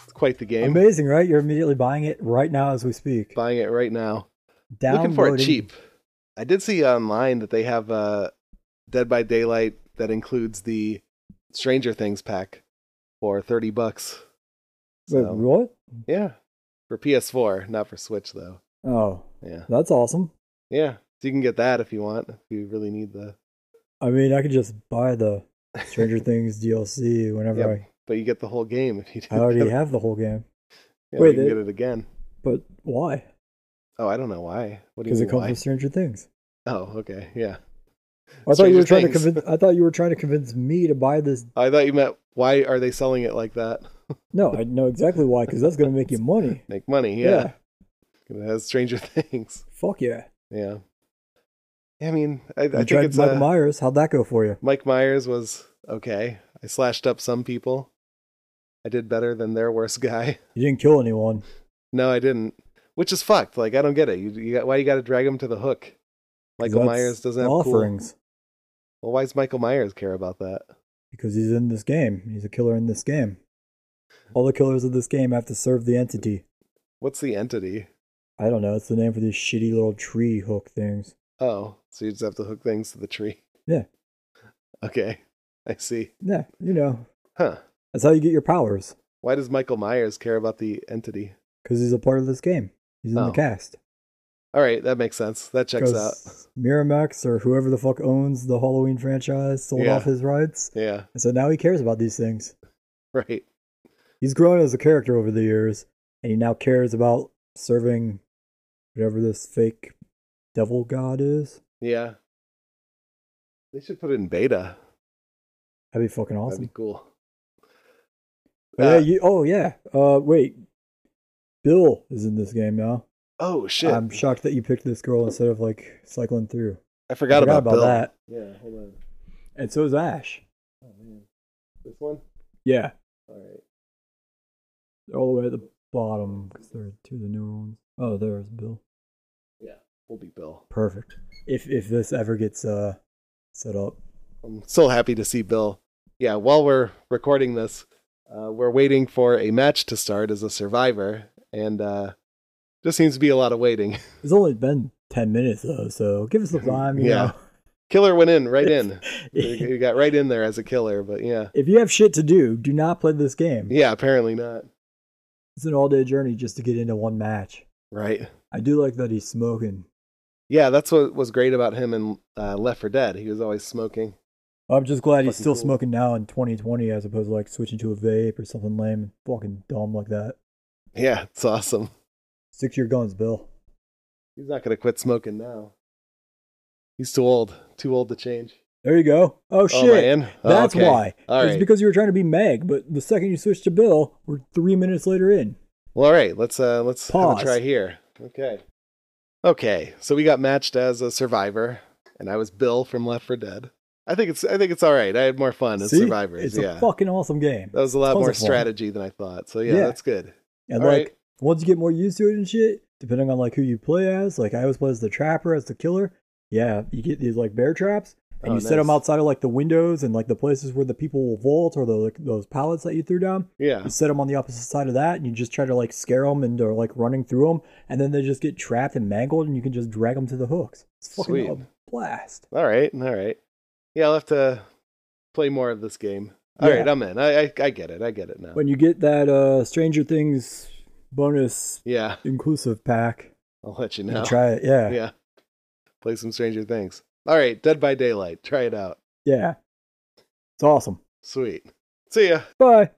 Speaker 1: it's quite the game.
Speaker 2: Amazing, right? You're immediately buying it right now as we speak.
Speaker 1: Buying it right now.
Speaker 2: Downloading.
Speaker 1: Looking for it cheap. I did see online that they have uh, Dead by Daylight that includes the Stranger Things pack for thirty bucks.
Speaker 2: Wait,
Speaker 1: So,
Speaker 2: what?
Speaker 1: yeah, for PS4, not for Switch though.
Speaker 2: Oh,
Speaker 1: Yeah.
Speaker 2: that's awesome.
Speaker 1: Yeah. So you can get that if you want, if you really need the.
Speaker 2: I mean, I could just buy the Stranger Things DLC whenever
Speaker 1: Yep. But you get the whole game if you do.
Speaker 2: I. I already
Speaker 1: that.
Speaker 2: have the whole game,
Speaker 1: Yeah,
Speaker 2: wait,
Speaker 1: you can
Speaker 2: they-
Speaker 1: get it again.
Speaker 2: but why?
Speaker 1: Oh, I don't know why. What do you
Speaker 2: Because it
Speaker 1: mean
Speaker 2: comes
Speaker 1: why?
Speaker 2: with Stranger Things.
Speaker 1: Oh, okay. Yeah.
Speaker 2: I thought you were
Speaker 1: Stranger
Speaker 2: trying
Speaker 1: Things.
Speaker 2: to convince. I thought you were trying to convince me to buy this.
Speaker 1: Oh, I thought you meant why are they selling it like that?
Speaker 2: No, I know exactly why. Because that's going to make you money.
Speaker 1: Make money, yeah. It has Stranger Things.
Speaker 2: Fuck yeah.
Speaker 1: Yeah. I mean, I, I
Speaker 2: You
Speaker 1: think
Speaker 2: tried
Speaker 1: it's
Speaker 2: Michael
Speaker 1: uh,
Speaker 2: Myers. How'd that go for you?
Speaker 1: Mike Myers was okay. I slashed up some people. I did better than their worst guy.
Speaker 2: You didn't kill anyone.
Speaker 1: No, I didn't. Which is fucked. Like I don't get it. You, you got, why you got to drag him to the hook?
Speaker 2: 'Cause
Speaker 1: Michael
Speaker 2: that's
Speaker 1: Myers doesn't have cool.
Speaker 2: offerings
Speaker 1: Well, why does Michael Myers care about that?
Speaker 2: because he's in this game. He's a killer in this game. All the killers of this game have to serve the entity.
Speaker 1: What's the entity?
Speaker 2: I don't know. It's the name for these shitty little tree hook things.
Speaker 1: Oh, so you just have to hook things to the tree.
Speaker 2: Yeah.
Speaker 1: Okay, I see.
Speaker 2: Yeah, you know.
Speaker 1: Huh.
Speaker 2: That's how you get your powers.
Speaker 1: Why does Michael Myers care about the entity?
Speaker 2: Because he's a part of this game. He's in
Speaker 1: Oh,
Speaker 2: the cast.
Speaker 1: All right, that makes sense. That checks out.
Speaker 2: 'Cause Miramax or whoever the fuck owns the Halloween franchise sold
Speaker 1: Yeah.
Speaker 2: off his rights.
Speaker 1: Yeah,
Speaker 2: And so now he cares about these things.
Speaker 1: right.
Speaker 2: He's grown as a character over the years, and he now cares about serving whatever this fake devil god is.
Speaker 1: Yeah. They should put it in beta.
Speaker 2: That'd be fucking
Speaker 1: That'd
Speaker 2: awesome.
Speaker 1: be cool.
Speaker 2: But yeah,
Speaker 1: Uh,
Speaker 2: you, oh, yeah. Uh, wait. Bill is in this game now.
Speaker 1: oh shit!
Speaker 2: I'm shocked that you picked this girl instead of like cycling through.
Speaker 1: I forgot,
Speaker 2: Forgot
Speaker 1: about,
Speaker 2: about
Speaker 1: Bill.
Speaker 2: that.
Speaker 1: Yeah, hold on.
Speaker 2: And so is Ash.
Speaker 1: Oh man, this one.
Speaker 2: Yeah.
Speaker 1: All right.
Speaker 2: They're all the way at the bottom because they're two of the newer ones. Oh, there's Bill.
Speaker 1: Yeah, we'll be Bill.
Speaker 2: Perfect. If if this ever gets uh set up.
Speaker 1: I'm so happy to see Bill. Yeah, while we're recording this, uh, we're waiting for a match to start as a survivor, and uh, just seems to be a lot of waiting.
Speaker 2: It's only been ten minutes though, so give us the time, you
Speaker 1: Yeah. Killer went in right in.
Speaker 2: know.
Speaker 1: he got right in there as a killer, but yeah,
Speaker 2: if you have shit to do, do not play this game.
Speaker 1: yeah, apparently not.
Speaker 2: It's an all day journey just to get into one match.
Speaker 1: Right.
Speaker 2: I do like that he's smoking.
Speaker 1: Yeah, that's what was great about him in uh, Left for Dead. He was always smoking.
Speaker 2: I'm just glad he's
Speaker 1: Fucking
Speaker 2: still
Speaker 1: cool.
Speaker 2: smoking now in 2020 as opposed to like switching to a vape or something lame and fucking dumb like that.
Speaker 1: Yeah, it's awesome.
Speaker 2: Stick to your guns, Bill.
Speaker 1: He's not gonna quit smoking now. He's too old. Too old to change.
Speaker 2: There you go. Oh shit.
Speaker 1: Oh man. Oh,
Speaker 2: That's
Speaker 1: okay.
Speaker 2: why.
Speaker 1: All
Speaker 2: it's
Speaker 1: right.
Speaker 2: because you were trying to be Meg, but the second you switched to Bill, we're three minutes later in.
Speaker 1: Well, all right. Let's uh let's have
Speaker 2: Pause.
Speaker 1: a try here. Okay. Okay. So we got matched as a survivor, and I was Bill from Left for Dead. I think it's I think it's all right. I had more fun as
Speaker 2: See?
Speaker 1: survivors.
Speaker 2: It's
Speaker 1: yeah.
Speaker 2: a fucking awesome game.
Speaker 1: that was a lot
Speaker 2: tons
Speaker 1: more
Speaker 2: of fun.
Speaker 1: strategy than I thought. So yeah,
Speaker 2: Yeah.
Speaker 1: that's good.
Speaker 2: And
Speaker 1: All
Speaker 2: like
Speaker 1: right.
Speaker 2: once you get more used to it and shit, depending on like who you play as, like I always play as the trapper, as the killer. Yeah, you get these like bear traps, and
Speaker 1: Oh,
Speaker 2: you set them
Speaker 1: nice.
Speaker 2: outside of like the windows and like the places where the people will vault or the like those pallets that you threw down.
Speaker 1: Yeah.
Speaker 2: You set them on the opposite side of that, and you just try to like scare them and are like running through them, and then they just get trapped and mangled, and you can just drag them to the hooks. It's fucking
Speaker 1: Sweet.
Speaker 2: a blast.
Speaker 1: All right. All right. Yeah, I'll have to play more of this game. All
Speaker 2: Yeah.
Speaker 1: right, I'm in. I, I I get it. I get it now.
Speaker 2: When you get that uh Stranger Things bonus
Speaker 1: yeah,
Speaker 2: inclusive pack,
Speaker 1: I'll let you
Speaker 2: you
Speaker 1: know.
Speaker 2: try it. Yeah, yeah.
Speaker 1: yeah. Play some Stranger Things. All right, Dead by Daylight. Try it out.
Speaker 2: It's awesome.
Speaker 1: Sweet. See ya.
Speaker 2: Bye.